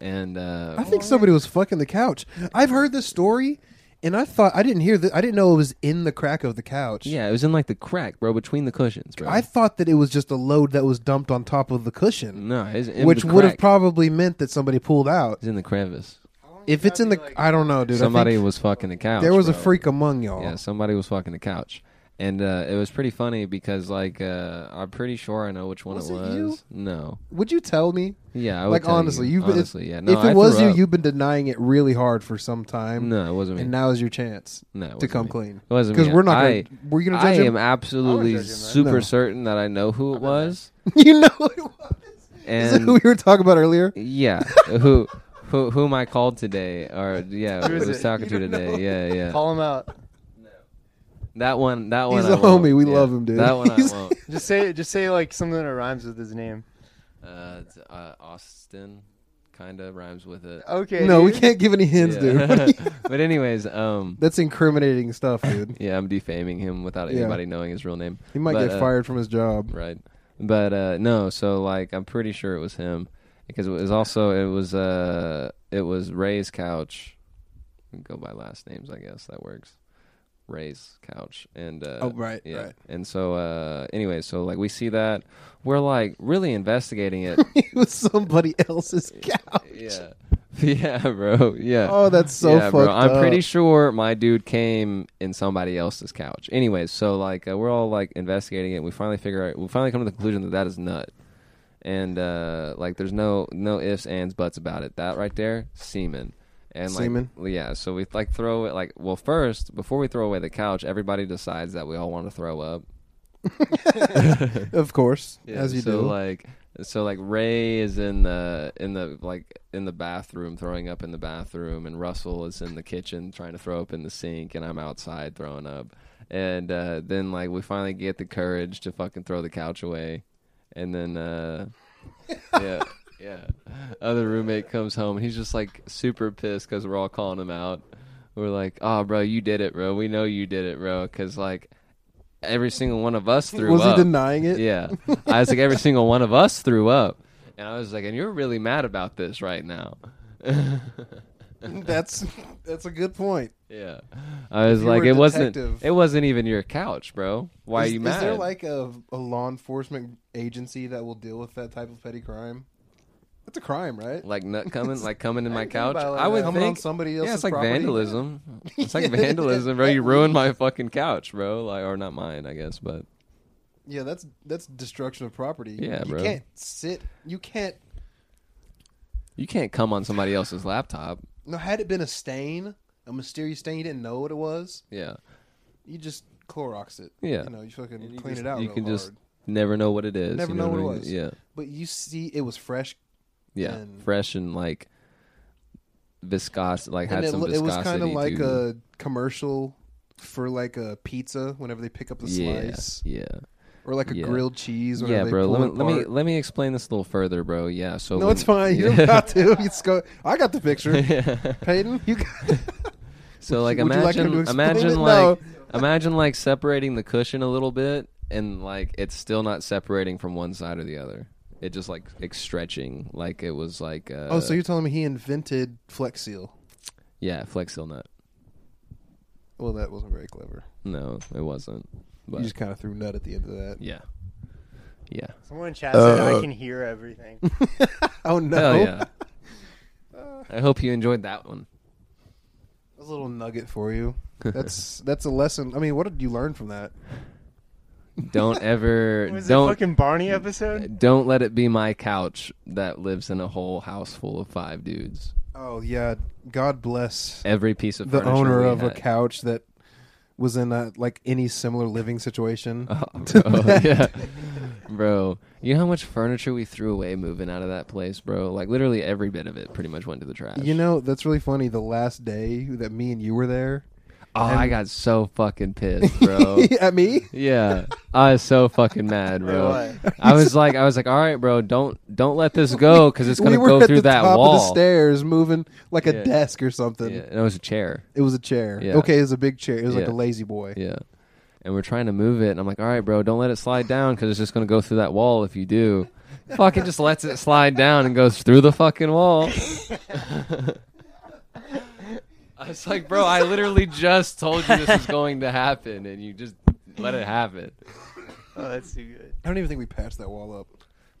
S4: And uh,
S2: I think somebody was fucking the couch. I've heard this story, and I thought I didn't hear that. I didn't know it was in the crack of the couch.
S4: Yeah, it was in like the crack, bro, between the cushions, bro.
S2: I thought that it was just a load that was dumped on top of the cushion,
S4: no, it's Mm, in
S2: which
S4: the
S2: would have
S4: crack.
S2: probably meant that somebody pulled out.
S4: It's in the crevice.
S2: If it's in the, I don't know, dude. I
S4: somebody
S2: think
S4: was fucking the couch.
S2: there was a
S4: bro.
S2: freak among y'all.
S4: Yeah, somebody was fucking the couch, and uh, it was pretty funny because like uh, I'm pretty sure I know which one
S2: Was
S4: it
S2: it
S4: was.
S2: you?
S4: No,
S2: Would you tell me?
S4: yeah, I would
S2: like
S4: tell
S2: honestly,
S4: you.
S2: have been,
S4: honestly, yeah. No,
S2: if it
S4: I
S2: was
S4: threw
S2: you,
S4: up.
S2: you've been denying it really hard for some time.
S4: No, it wasn't me.
S2: and now is your chance
S4: No, it
S2: to
S4: wasn't
S2: come
S4: me.
S2: clean.
S4: It wasn't
S2: because
S4: me.
S2: we're not.
S4: I-
S2: gonna, were you gonna
S4: I
S2: judge
S4: am
S2: him?
S4: absolutely
S5: judge him, man.
S4: super
S2: No.
S4: certain that I know who it was,
S2: you know what it was. Is that
S4: and
S2: who we were talking about earlier.
S4: yeah, who who whom I called today, or yeah,
S5: Who
S4: who
S5: is
S4: was
S5: it?
S4: talking
S2: You
S4: to
S2: don't
S4: today?
S2: know.
S4: Yeah, yeah.
S5: Call him out.
S4: That one, that one.
S2: He's
S4: I
S2: a
S4: won't.
S2: homie. We
S4: Yeah.
S2: love him, dude.
S4: That one I
S2: He's-
S4: won't.
S5: Just say just say like something that rhymes with his name.
S4: Uh, it's, uh, Austin kind of rhymes with
S2: Oh,
S4: it.
S5: Okay.
S2: No, we
S5: dude.
S2: can't give any hints, dude. What
S4: Yeah.
S2: are you-
S4: but anyways, um,
S2: That's incriminating stuff, dude.
S4: yeah, I'm defaming him without
S2: Yeah.
S4: anybody knowing his real name.
S2: He might
S4: But,
S2: get
S4: uh,
S2: fired from his job.
S4: right? But uh, no, so like I'm pretty sure it was him because it was also it was uh it was Ray's couch. We Go by last names, I guess that works. Ray's couch and uh,
S2: Oh, right,
S4: yeah.
S2: right.
S4: And so uh, anyway, so like we see that we're like really investigating it.
S2: It was somebody else's couch.
S4: yeah, yeah, bro, yeah.
S2: Oh, that's so
S4: yeah,
S2: fucked
S4: bro. I'm pretty
S2: up.
S4: sure my dude came in somebody else's couch. Anyways, so like uh, we're all like investigating it. And we finally figure out. We finally come to the conclusion that that is nut. And uh, like, there's no no ifs ands buts about it. That right there, semen. And like,
S2: Semen?
S4: yeah. So we like throw it like well first before we throw away the couch, everybody decides that we all want to throw up.
S2: Of course,
S4: Yeah,
S2: as you
S4: so,
S2: do.
S4: Like so, like Ray is in the in the like in the bathroom throwing up in the bathroom, and Russell is in the kitchen trying to throw up in the sink, and I'm outside throwing up. And uh, then like we finally get the courage to fucking throw the couch away, and then uh, yeah. Yeah, other roommate comes home and he's just like super pissed because we're all calling him out. We're like, "Oh, bro, you did it, bro. We know you did it, bro." Because like every single one of us threw
S2: was
S4: up.
S2: he denying it?
S4: Yeah. I was like, every single one of us threw up. And I was like, and you're really mad about this right now.
S2: That's that's a good point.
S4: Yeah. I was
S2: you
S4: like,
S2: were a
S4: it wasn't
S2: detective-
S4: it wasn't even your couch, bro. Why
S2: is,
S4: are you mad?
S2: Is there like a, a law enforcement agency that will deal with that type of petty crime? That's a crime, right?
S4: Like nut coming, like coming in my couch.
S5: about it like
S4: I would
S2: that. Coming on
S4: think
S2: somebody
S4: Yeah,
S2: else's
S4: it's like
S2: property.
S4: vandalism. It's like vandalism, bro. You ruined my fucking couch, bro. Like, or not mine, I guess, but
S2: Yeah, that's that's destruction of property.
S4: Yeah,
S2: you
S4: bro.
S2: can't sit. You can't.
S4: you can't come on somebody else's laptop.
S2: No, had it been a stain, a mysterious stain, you didn't know what it was.
S4: Yeah,
S2: You just Clorox it.
S4: Yeah.
S2: you know, you fucking
S4: you
S2: clean it
S4: just-
S2: out.
S4: You
S2: real
S4: can just
S2: hard.
S4: never know what it is.
S2: never
S4: you
S2: know,
S4: I
S2: what it
S4: mean?
S2: was.
S4: Yeah.
S2: but you see, it was fresh.
S4: Yeah,
S2: and-
S4: fresh and like viscous, like had
S2: and it,
S4: some
S2: lo- it
S4: viscosity.
S2: was kind of like
S4: to-
S2: a commercial for like a pizza whenever they pick up the
S4: yeah,
S2: slice,
S4: yeah,
S2: or like a
S4: yeah.
S2: grilled cheese. Whenever
S4: yeah,
S2: they
S4: bro.
S2: Pull
S4: Let me,
S2: it
S4: let me
S2: apart.
S4: let me explain this a little further, bro. Yeah, so
S2: No,
S4: when-
S2: it's fine. You don't got to. It's go. I got the picture. Peyton, you got.
S4: So like
S2: would you like him
S4: imagine
S2: to explain
S4: imagine
S2: it?
S4: like imagine like separating the cushion a little bit and like it's still not separating from one side or the other. It just like it's stretching like it was like uh,
S2: Oh, so you're telling me he invented Flex Seal?
S4: yeah, flex seal nut.
S2: Well, that wasn't very clever.
S4: No, it wasn't. But
S2: You just kind of threw nut at the end of that.
S4: yeah. Yeah.
S5: Someone in chat said
S2: Uh,
S5: I can hear everything.
S2: Oh no!
S4: Hell yeah. I hope you enjoyed that one.
S2: That was a little nugget for you. That's that's a lesson. I mean, what did you learn from that?
S4: Don't ever
S5: Was it
S4: don't
S5: fucking Barney episode?
S4: don't let it be my couch that lives in a whole house full of five dudes.
S2: Oh yeah, God bless
S4: Every piece of
S2: the
S4: furniture
S2: owner
S4: we
S2: of a
S4: had.
S2: couch that was in a like any similar living situation.
S4: Oh, yeah. bro. You know how much furniture we threw away moving out of that place, bro? Like literally every bit of it pretty much went to the trash.
S2: You know, that's really funny. The last day that me and you were there
S4: oh, I got so fucking pissed, bro.
S2: at me,
S4: yeah, I was so fucking mad, bro.
S5: What?
S4: I was like, I was like, all right, bro, don't don't let this go because Oh, it's
S2: we
S4: gonna
S2: were
S4: go
S2: at
S4: through
S2: the
S4: that
S2: top
S4: wall.
S2: of the stairs, moving like a
S4: Yeah.
S2: desk or something.
S4: Yeah, and it was a chair.
S2: It was a chair.
S4: Yeah.
S2: Okay, it was a big chair. It was like
S4: Yeah.
S2: a lazy boy.
S4: Yeah. And we're trying to move it, and I'm like, all right, bro, don't let it slide down because it's just gonna go through that wall if you do. fucking just lets it slide down and goes through the fucking wall. I was like, bro, I literally just told you this is going to happen, and you just let it happen.
S5: Oh, that's too good.
S2: I don't even think we patched that wall up.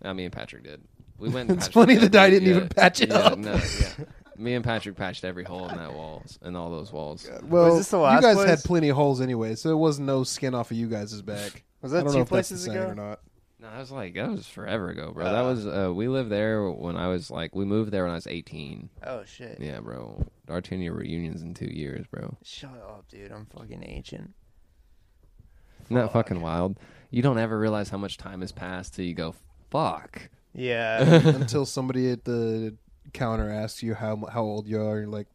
S4: I mean, Uh, Patrick did. We went. and
S2: It's
S4: patched
S2: funny
S4: every-
S2: that I didn't
S4: yeah,
S2: even patch it
S4: yeah,
S2: up.
S4: No, yeah. Me and Patrick patched every hole in that walls and all those walls.
S2: Well,
S5: Was this the last
S2: you guys
S5: place?
S2: had plenty of holes anyway, so it was no skin off of you guys' back.
S5: Was that
S2: I don't
S5: two
S2: know if that's the
S5: places
S2: same
S5: ago?
S2: or not?
S4: No, I was like that was forever ago,
S2: Ah.
S4: bro. that was uh, we lived there when I was like we moved there when I was eighteen.
S5: Oh shit.
S4: Yeah, bro. Our ten year reunions in two years, bro.
S5: Shut up, dude. I'm fucking ancient.
S4: Isn't that fucking wild? You don't ever realize how much time has passed till you go, fuck.
S5: Yeah.
S2: Until somebody at the counter asks you how mu- how old you are, you're like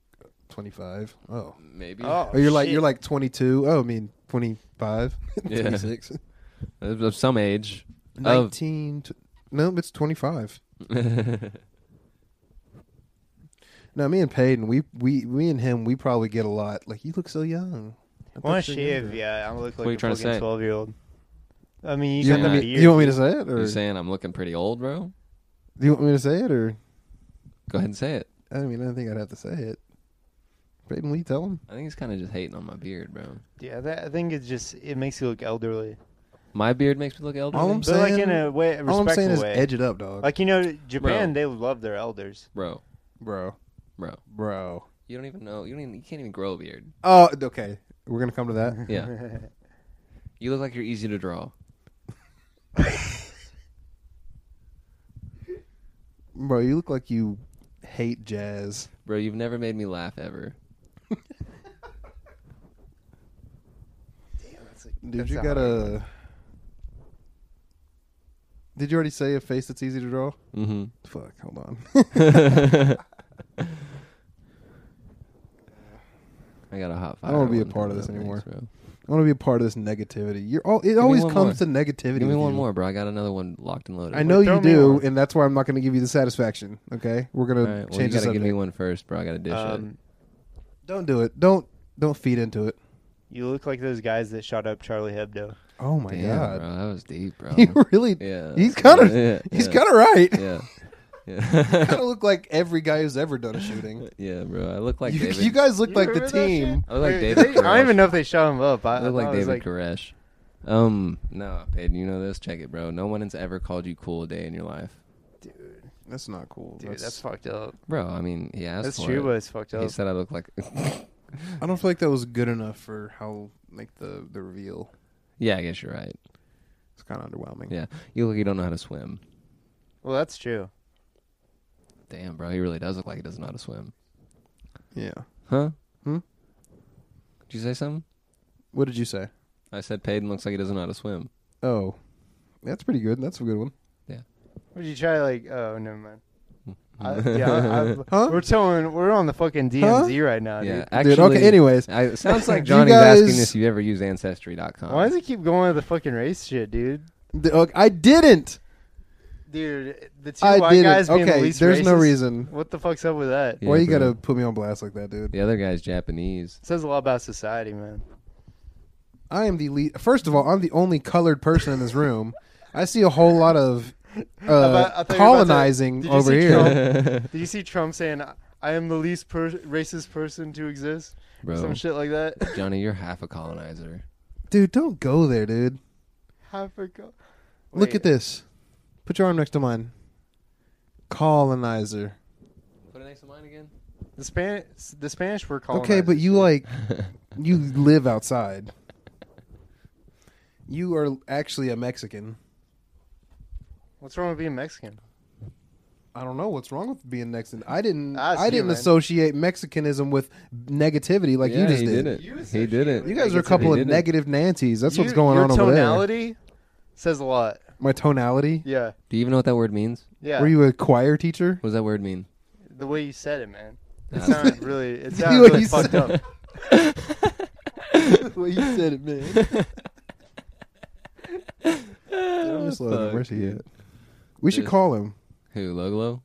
S2: twenty five. Oh,
S4: Maybe.
S5: oh,
S2: or you're like you're
S5: shit.
S2: like twenty two. Oh, I mean twenty five,
S4: Yeah.
S2: twenty six,
S4: Of of some age. Of
S2: nineteen. T- no, it's twenty five. Now me and Peyton, we we me and him, we probably get a lot. Like you look so young. I
S5: Wanna
S2: thought you were
S5: shave?
S2: younger."
S5: Yeah, I look like
S4: you
S5: a
S4: trying to
S5: fucking
S4: say?
S5: twelve year old. I mean,
S2: You
S5: you, got
S2: want,
S5: that
S2: me,
S5: beard.
S2: you want me to say it, or
S4: you saying I'm looking pretty old, bro?
S2: do you want me to say it, or
S4: Go ahead and say it.
S2: I mean, I don't think I'd have to say it. Peyton, will you tell him?
S4: I think he's kind of just hating on my beard, bro.
S5: Yeah, that, I think it just it makes you look elderly,
S4: My beard makes me look elderly,
S2: All I'm
S5: but
S2: saying,
S5: like in a way, a
S2: all
S5: respectful
S2: I'm saying is
S5: way.
S2: edge it up, dog,
S5: Like you know, Japan, they love their elders.
S4: bro.
S2: bro,
S4: Bro,
S2: bro.
S4: you don't even know. You don't. Even, you can't even grow a beard.
S2: Oh, okay. We're gonna come to that.
S4: Yeah. you look like you're easy to draw.
S2: Bro, you look like you hate jazz.
S4: Bro, you've never made me laugh ever.
S2: Dude,
S5: That's
S2: you
S5: not
S2: got
S5: how I
S2: a. Did you already say a face that's easy to draw?
S4: Mm-hmm.
S2: Fuck, hold on.
S4: I got a hot fire.
S2: don't wanna be a
S4: one
S2: part of
S4: coming
S2: this
S4: up
S2: anymore.
S4: next, bro.
S2: I want to be a part of this negativity. You're all. It always
S4: one
S2: comes
S4: more.
S2: to negativity.
S4: Give me
S2: with
S4: one
S2: you.
S4: more, bro. I got another one locked and loaded.
S2: I know
S5: throw
S2: you
S5: me
S2: do,
S5: one.
S2: and that's why I'm not going to give you the satisfaction. Okay, we're gonna
S4: All right, well,
S2: change
S4: you
S2: the
S4: gotta give
S2: subject.
S4: me one first, bro. I gotta dish
S5: Um,
S2: Don't do it. Don't don't feed into it.
S5: you look like those guys that shot up Charlie Hebdo.
S2: Oh my
S4: it. Damn,
S2: god,
S4: bro, that was deep, bro.
S2: you really.
S4: Yeah.
S2: he's kind of
S4: Yeah,
S2: he's
S4: yeah.
S2: kind of right.
S4: yeah, yeah,
S2: kind of look like every guy who's ever done a shooting.
S4: yeah, bro. I look like
S2: you,
S4: David.
S2: you guys look
S5: You
S2: like the
S5: remember that
S2: team.
S4: I look like
S5: Wait,
S4: David.
S5: they- I
S4: Koresh.
S5: don't even know if they shot him up. I,
S4: I look like
S5: I was
S4: David Koresh. Um, no, Peyton, you know this. Check it, bro. No one has ever called you cool a day in your life,
S2: That's not cool.
S5: Dude, that's, fucked up.
S4: bro. I mean, he asked
S5: That's
S4: for
S5: true,
S4: it.
S5: but it's fucked
S4: He
S5: up.
S4: said I look like.
S2: I don't feel like that was good enough for how like the the reveal.
S4: yeah, I guess you're right.
S2: It's kind of underwhelming.
S4: Yeah, you look like you don't know how to swim.
S5: Well, that's true.
S4: Damn, bro, he really does look like he doesn't know how to swim.
S2: Yeah.
S4: Huh?
S2: Hmm?
S4: Did you say something?
S2: What did you say?
S4: I said Peyton looks like he doesn't know how to swim.
S2: Oh, that's pretty good. That's a good one.
S5: Would you try like? Oh, never mind. I, yeah, I, I,
S2: Huh?
S5: we're telling. We're on the fucking DMZ right now,
S4: Yeah,
S5: dude.
S4: actually.
S2: okay, anyways.
S4: I, it sounds like
S2: You
S4: Johnny's asking
S2: guys-
S4: this. if You ever use Ancestry.com?
S5: Why does he keep going with the fucking race shit, dude?
S2: The- okay, I didn't.
S5: Dude, the two
S2: I
S5: white
S2: didn't.
S5: guys being
S2: Okay,
S5: the least
S2: there's no
S5: racist?
S2: reason.
S5: What the fuck's up with that?
S4: Yeah,
S2: Why you
S4: bro.
S2: gotta put me on blast like that, dude?
S4: The other guy's Japanese.
S5: says a lot about society, man.
S2: I am the lead. First of all, I'm the only colored person in this room. I see a whole lot of uh,
S5: thought- I thought you were about to-
S2: colonizing
S5: Did you
S2: over
S5: see
S2: here.
S5: Trump? Did you see Trump saying, "I am the least per- racist person to exist"? or
S4: Bro.
S5: Some shit like that.
S4: Johnny, you're half a colonizer.
S2: Dude, don't go there, dude.
S5: I forgot.
S2: Look
S5: Wait.
S2: at this. Put your arm next to mine. Colonizer.
S4: Put it next to mine again.
S5: The Spanish. The Spanish were called.
S2: Okay, but you like you live outside. You are actually a Mexican.
S5: What's wrong with being Mexican?
S2: I don't know what's wrong with being Mexican. I didn't.
S5: I see,
S2: I, didn't
S5: man.
S2: associate Mexicanism with negativity like you just
S4: he
S2: did.
S4: did it. He did it.
S2: You guys are a couple
S4: He
S2: of
S4: did it.
S2: negative Nancies. That's what's
S5: You-
S2: going
S5: your
S2: on over there.
S5: tonality says a lot.
S2: my tonality.
S5: Yeah.
S4: Do you even know what that word means?
S5: Yeah.
S2: Were you a choir teacher?
S4: What does that word mean?
S5: the way you said it, man. It
S4: That's-
S5: sounded really. It
S2: The
S5: sounded
S2: way
S5: really
S2: you
S5: fucked
S2: said
S5: up.
S2: well, you said it, man. I'm just
S4: Fuck,
S2: loading. Where's he at? We should
S4: Dude.
S2: call him.
S4: Who? Loglo?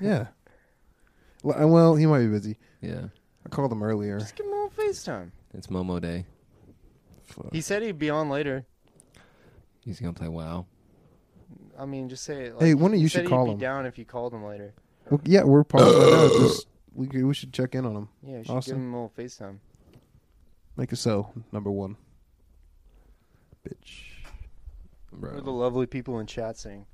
S2: Yeah. Well, uh, Well, he might be busy.
S4: Yeah.
S2: I called him earlier.
S5: Just give him on Facetime.
S4: It's Momo Day.
S2: Fuck.
S5: He said he'd be on later.
S4: He's gonna play WoW.
S5: I mean, just say. it, Like,
S2: Hey, one of
S5: he
S2: you
S5: said
S2: should
S5: he'd
S2: call
S5: be
S2: him.
S5: Down if you called him later.
S2: Well, yeah, we're paused right now. Just we could, we should check in on him.
S5: Yeah, you should
S2: Awesome.
S5: give him a little Facetime.
S2: Make a so number one. Bitch.
S5: What
S4: Bro.
S5: are the lovely people in chat saying?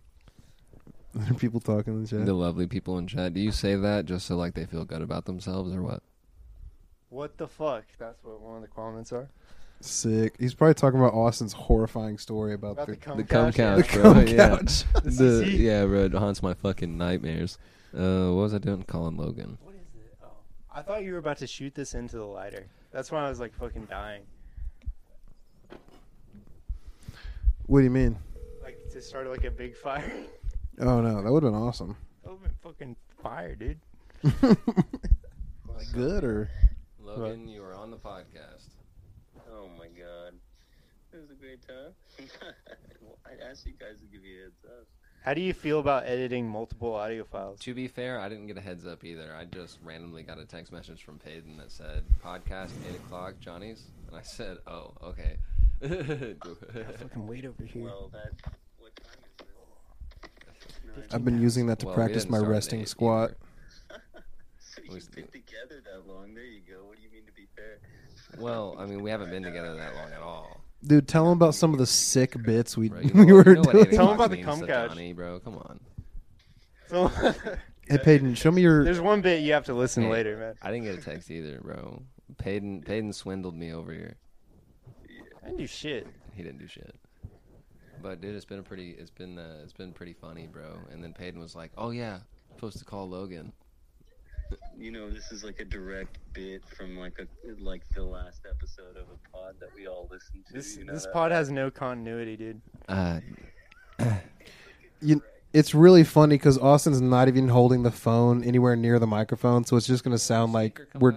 S2: People talking and shit.
S4: The lovely people in chat. Do you say that just so like they feel good about themselves or what?
S5: What the fuck? That's what one of the comments are.
S2: Sick. He's probably talking about Austin's horrifying story about,
S5: About
S2: the.
S5: the cum
S4: The cum
S5: couch, yeah.
S4: couch,
S2: The
S4: bro.
S2: cum
S4: yeah.
S2: couch.
S4: The-
S5: CC.
S4: yeah, bro. It haunts my fucking nightmares. Uh, what was I doing? Calling Logan.
S5: What is it? Oh, I thought you were about to shoot this into the lighter. That's why I was like fucking dying.
S2: what do you mean?
S5: Like to start like a big fire.
S2: Oh no, that would have been awesome.
S5: that would've been fucking fire, dude.
S2: Good or
S4: Logan, you were on the podcast.
S7: Oh my god. It was a great time. I asked you guys to give me a heads up.
S5: How do you feel about editing multiple audio files?
S4: To be fair, I didn't get a heads up either. I just randomly got a text message from Payton that said podcast eight o'clock, Johnny's, and I said, "Oh, okay."
S5: Fucking wait over here.
S7: Well, that. What time is it? No, I
S2: I've been using that to
S4: Well, we
S2: practice
S4: didn't
S2: my
S4: start at
S2: resting
S4: eight
S2: squat.
S4: either.
S7: so
S4: We
S7: you
S4: s-
S7: been together that long. There you go. What do you mean to be fair?
S4: Well, I mean, we haven't been together that long at all.
S2: Dude, tell him about some of the sick bits we
S4: Bro, you
S2: we
S4: know-
S2: were
S4: you know what eight
S2: doing.
S5: Tell 'em
S4: o'clock
S5: about the
S4: means
S5: cum
S4: to
S5: couch.
S4: Johnny, bro. Come on.
S5: So
S2: Hey Peyton, show me your
S5: there's one bit you have to listen
S4: Hey,
S5: later, man.
S4: I didn't get a text either, bro. Payton, Payton swindled me over here.
S5: I didn't do shit.
S4: He didn't do shit. But dude, it's been a pretty, it's been, uh, it's been pretty funny, bro. And then Payton was like, "Oh yeah, supposed to call Logan."
S7: You know, this is like a direct bit from like a like the last episode of a pod that we all listened to.
S5: This
S7: you know
S5: this
S7: that?
S5: pod has no continuity, dude.
S4: Uh,
S2: you, it's really funny because Austin's not even holding the phone anywhere near the microphone, so it's just gonna sound like we're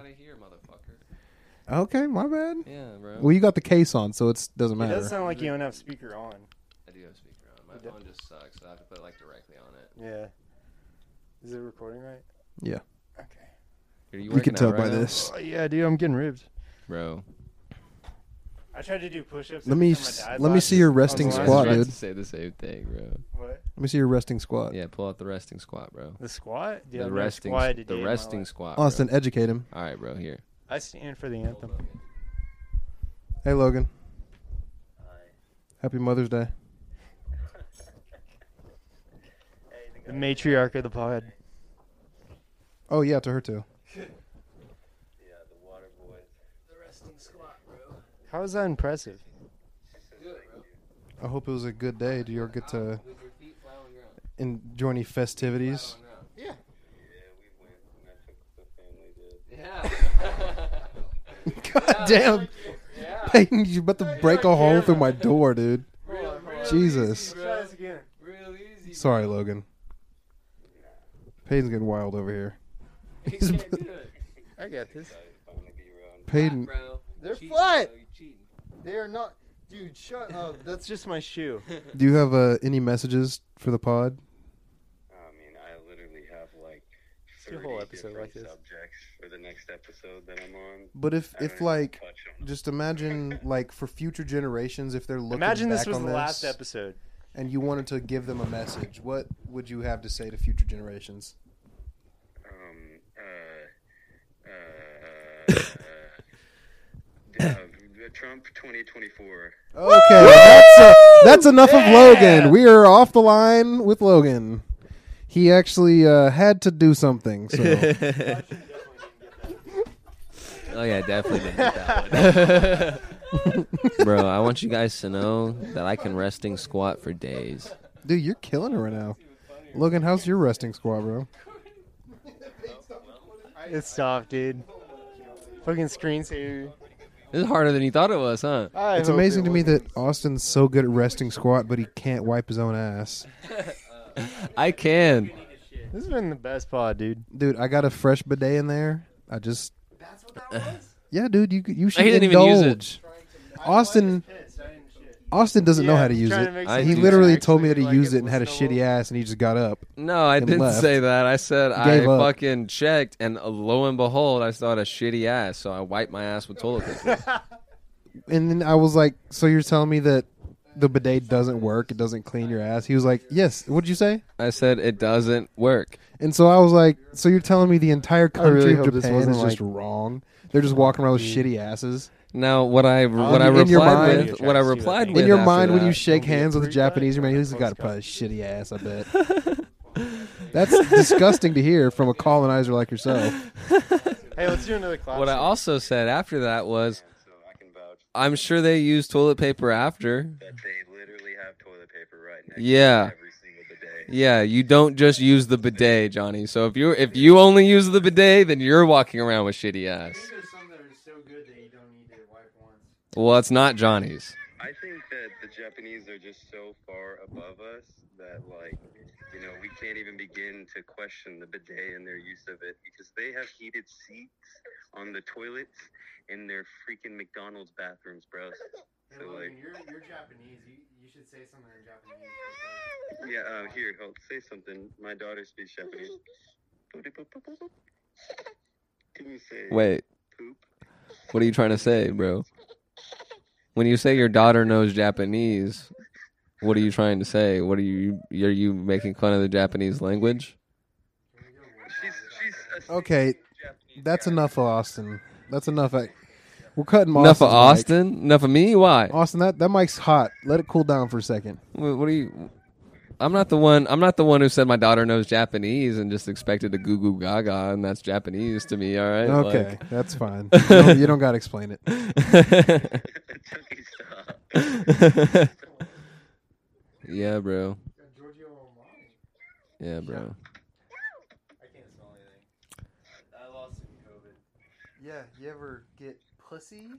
S2: okay. My bad.
S4: Yeah, bro.
S2: Well, you got the case on, so it doesn't
S5: It
S2: matter.
S5: does sound like you don't have speaker on.
S4: I do have speaker on. My phone just sucks. So I have to put like directly on it.
S5: Yeah. Is it recording right?
S2: Yeah.
S5: Okay.
S4: Are
S2: you can
S4: working out
S2: tell
S4: right
S2: by
S4: now?
S2: this.
S5: Oh, yeah, dude, I'm getting ribbed.
S4: bro.
S5: I tried to do push-ups.
S2: Let me
S5: every time I
S2: s-
S5: died
S2: let me
S5: last
S2: see your
S5: year. I was
S2: resting
S5: the last
S2: squat,
S5: one.
S2: dude.
S4: To say the same thing, bro.
S5: Oh, What?
S2: Let me see your resting squat.
S4: Yeah, pull out the resting squat, bro.
S5: The squat? Dude,
S4: the
S5: I've never
S4: resting,
S5: squatted a day
S4: the
S5: in my
S4: resting
S5: life.
S4: squat. bro.
S2: Austin, educate him.
S4: All right, bro. Here.
S5: I stand for the anthem.
S2: Hey Logan. Happy Mother's Day.
S5: The matriarch of the pod.
S2: Oh yeah, to her too.
S7: Yeah, the water boys.
S5: How is that impressive?
S2: I hope it was a good day. Do you all get to enjoy any festivities?
S7: Yeah, we went and I took the family to.
S4: Yeah.
S2: God damn, Peyton, you're about to break a hole through my door, dude. Jesus.
S5: Try this again.
S4: Real easy.
S2: Sorry, Logan. Peyton's getting wild over here. He's,
S5: I got this.
S2: Peyton,
S4: bro.
S5: They're
S4: Cheating,
S5: flat.
S4: bro, you're cheating.
S5: They are not. Dude, shut up. That's just my shoe.
S2: do you have uh, any messages for the pod?
S7: I mean, I literally have like
S5: do
S7: 30
S5: a whole episode
S7: different
S5: like this.
S7: subjects for the next episode that I'm on.
S2: But if,
S7: I don't
S2: if
S7: even
S2: like,
S7: touch on
S2: just imagine like for future generations, if they're looking
S5: Imagine this
S2: back
S5: was
S2: on
S5: the last
S2: this
S5: episode.
S2: and you wanted to give them a message, what would you have to say to future generations?
S7: um, uh, uh, uh, uh, Trump 2024.
S2: Okay, that's uh, that's enough of Logan. We are off the line with Logan. He actually uh, had to do something. So
S4: Oh yeah, definitely didn't get that one. Bro, I want you guys to know that I can resting squat for days.
S2: Dude, you're killing it right now. Logan, how's your resting squat, bro?
S5: It's soft, dude. Fucking screensaver.
S4: This is harder than you thought it was, huh?
S5: I
S2: It's
S5: hope
S2: amazing
S5: it
S2: to me
S5: wasn't.
S2: that Austin's so good at resting squat, but he can't wipe his own ass.
S4: I can.
S5: this has been the best pod, dude.
S2: Dude, I got a fresh bidet in there. I just. That's what that was. Yeah, dude, you you should
S4: He didn't even
S2: indulge.
S4: use it.
S2: Austin Austin doesn't know
S5: Yeah,
S2: how to
S5: I'm
S2: use
S5: trying to
S2: it.
S5: make
S4: I
S2: he
S4: do
S2: literally
S5: actually
S2: told me how to
S5: like
S2: use
S5: it
S2: it and had a
S5: once in a
S2: shitty ass, and he just got up.
S4: No, I
S2: and
S4: didn't
S2: left.
S4: say that. I said I
S2: Gave up.
S4: fucking checked, and uh, lo and behold, I saw a shitty ass. So I wiped my ass with toilet paper.
S2: And then I was like, "So you're telling me that the bidet doesn't work? It doesn't clean your ass?" He was like, "Yes." What did you say?
S4: I said it doesn't work.
S2: And so I was like, "So you're telling me the entire
S5: I really
S2: country of
S5: hope this
S2: Japan
S5: wasn't
S2: is just
S5: like- Mm.
S2: wrong? They're just walking around with shitty asses."
S4: Now what I what I
S2: in your
S4: replied
S2: mind-
S4: with what I replied with
S2: In your
S4: after
S2: mind, when
S4: that-
S2: you shake
S5: Don't be a
S2: hands with a
S5: freak, guy.
S2: Japanese man, he's
S5: Close
S2: got a
S5: guy.
S2: probably shitty ass. I bet. That's disgusting to hear from a colonizer like yourself.
S5: Hey, let's do another class.
S4: what I also said after that was
S7: So I can vouch
S4: I'm sure they use toilet paper after.
S7: that they literally have toilet paper right next
S4: Yeah.
S7: to every single bidet.
S4: Yeah, you don't just use the bidet, Johnny. So if you if you only use the bidet, then you're walking around with shitty ass.
S5: there's some that are so good that you don't need to wipe once.
S4: Well, it's not Johnny's.
S7: I think that the Japanese are just so far above us that, like, you know, we can't even begin to question the bidet and their use of it because they have heated seats on the toilets in their freaking McDonald's bathrooms, bro. So, like,
S5: you're, you're Japanese. You, you should say something in Japanese.
S7: yeah, uh, here, help, say something. My daughter speaks Japanese. Can you say
S4: Wait,
S7: poop?
S4: what are you trying to say, bro? When you say your daughter knows Japanese, what are you trying to say? What are you are you making fun of the Japanese language?
S7: She's, she's a
S2: Okay,
S7: Japanese
S2: that's
S7: guy.
S2: enough of Austin. That's enough. I, we're cutting
S4: Enough of
S2: Austin's mic.
S4: Austin. Enough of me. Why?
S2: Austin, that, that mic's hot. Let it cool down for a second.
S4: Wha- What are you? I'm not the one. I'm not the one who said my daughter knows Japanese and just expected to goo goo gaga, and that's Japanese to me. All right.
S2: Okay,
S4: Like-
S2: that's fine. You don't, you don't got to explain it.
S7: Chucky, stop.
S4: yeah, bro.
S5: uh,
S4: Yeah, bro.
S5: I can't smell anything. I lost it in COVID. Yeah, you ever get pussy? No.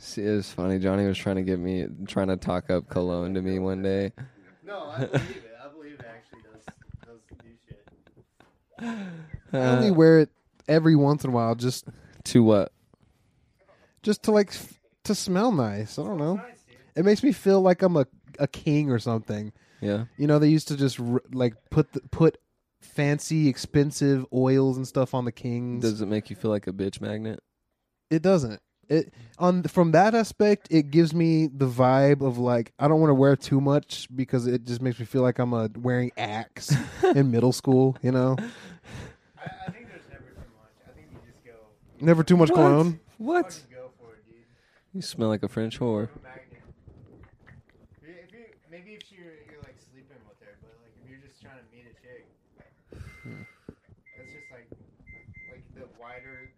S4: See, it was funny. Johnny was trying to get me, trying to talk up cologne to me one day.
S5: No, I believe it. I believe it actually does, does do shit.
S4: Uh.
S2: I only wear it every once in a while, just
S4: To what?
S2: just to like f- to smell nice. I don't know. It makes me feel like I'm a a king or something.
S4: Yeah.
S2: You know, they used to just r- like put the, put fancy, expensive oils and stuff on the kings.
S4: Does it make you feel like a bitch magnet?
S2: it doesn't. It on from that aspect, it gives me the vibe of like I don't want to wear too much because it just makes me feel like I'm a wearing axe in middle school. You know,
S5: I, I think there's never too much. I think you just go,
S2: never too much cologne.
S4: What?
S5: go for it, dude.
S4: You smell like a French whore.
S5: magnet. If you, maybe if you're, you're like sleeping with her, but like if you're just trying to meet a chick, that's just like like the wider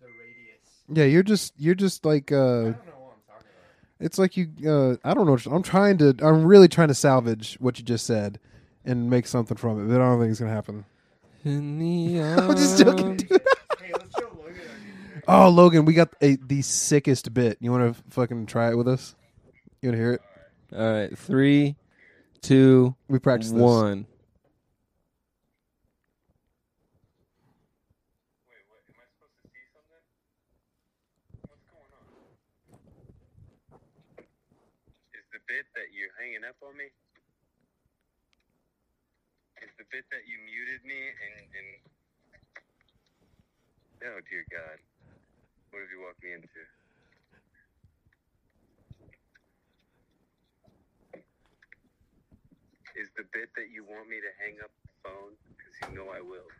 S5: the radius.
S2: Yeah, you're just you're just like uh,
S5: I don't know what I'm talking about.
S2: it's like you. Uh, I don't know. what you're- I'm trying to. I'm really trying to salvage what you just said and make something from it, but I don't think it's gonna happen.
S4: In the
S2: I'm just joking.
S4: arms-
S2: Dude.
S5: Hey, let's show Logan. our new trick.
S2: Oh, Logan, we got a, the sickest bit. You want to fucking try it with us? You want to hear it?
S4: All right. Three, two,
S2: We practiced this.
S4: one.
S7: Wait, what? Am I supposed to see something? What's going on? Is the bit that you're hanging up on me? Is the bit that you muted me and. and... Oh, dear God. What have you walked me into? Is the bit that you want me to hang up the phone? Because you know I will.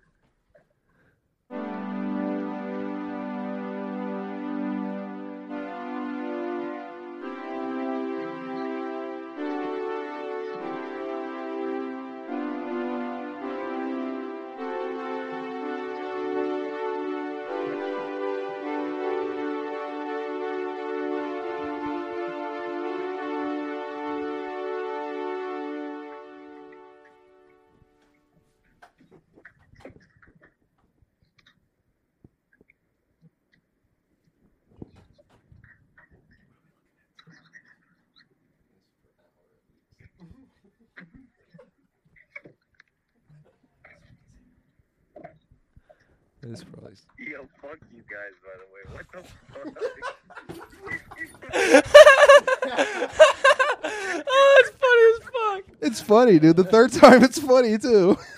S4: It's probably. s-
S7: Yo, fuck you guys, by the way. What the fuck?
S4: oh, it's funny as fuck.
S2: It's funny, dude. The third time, it's funny too.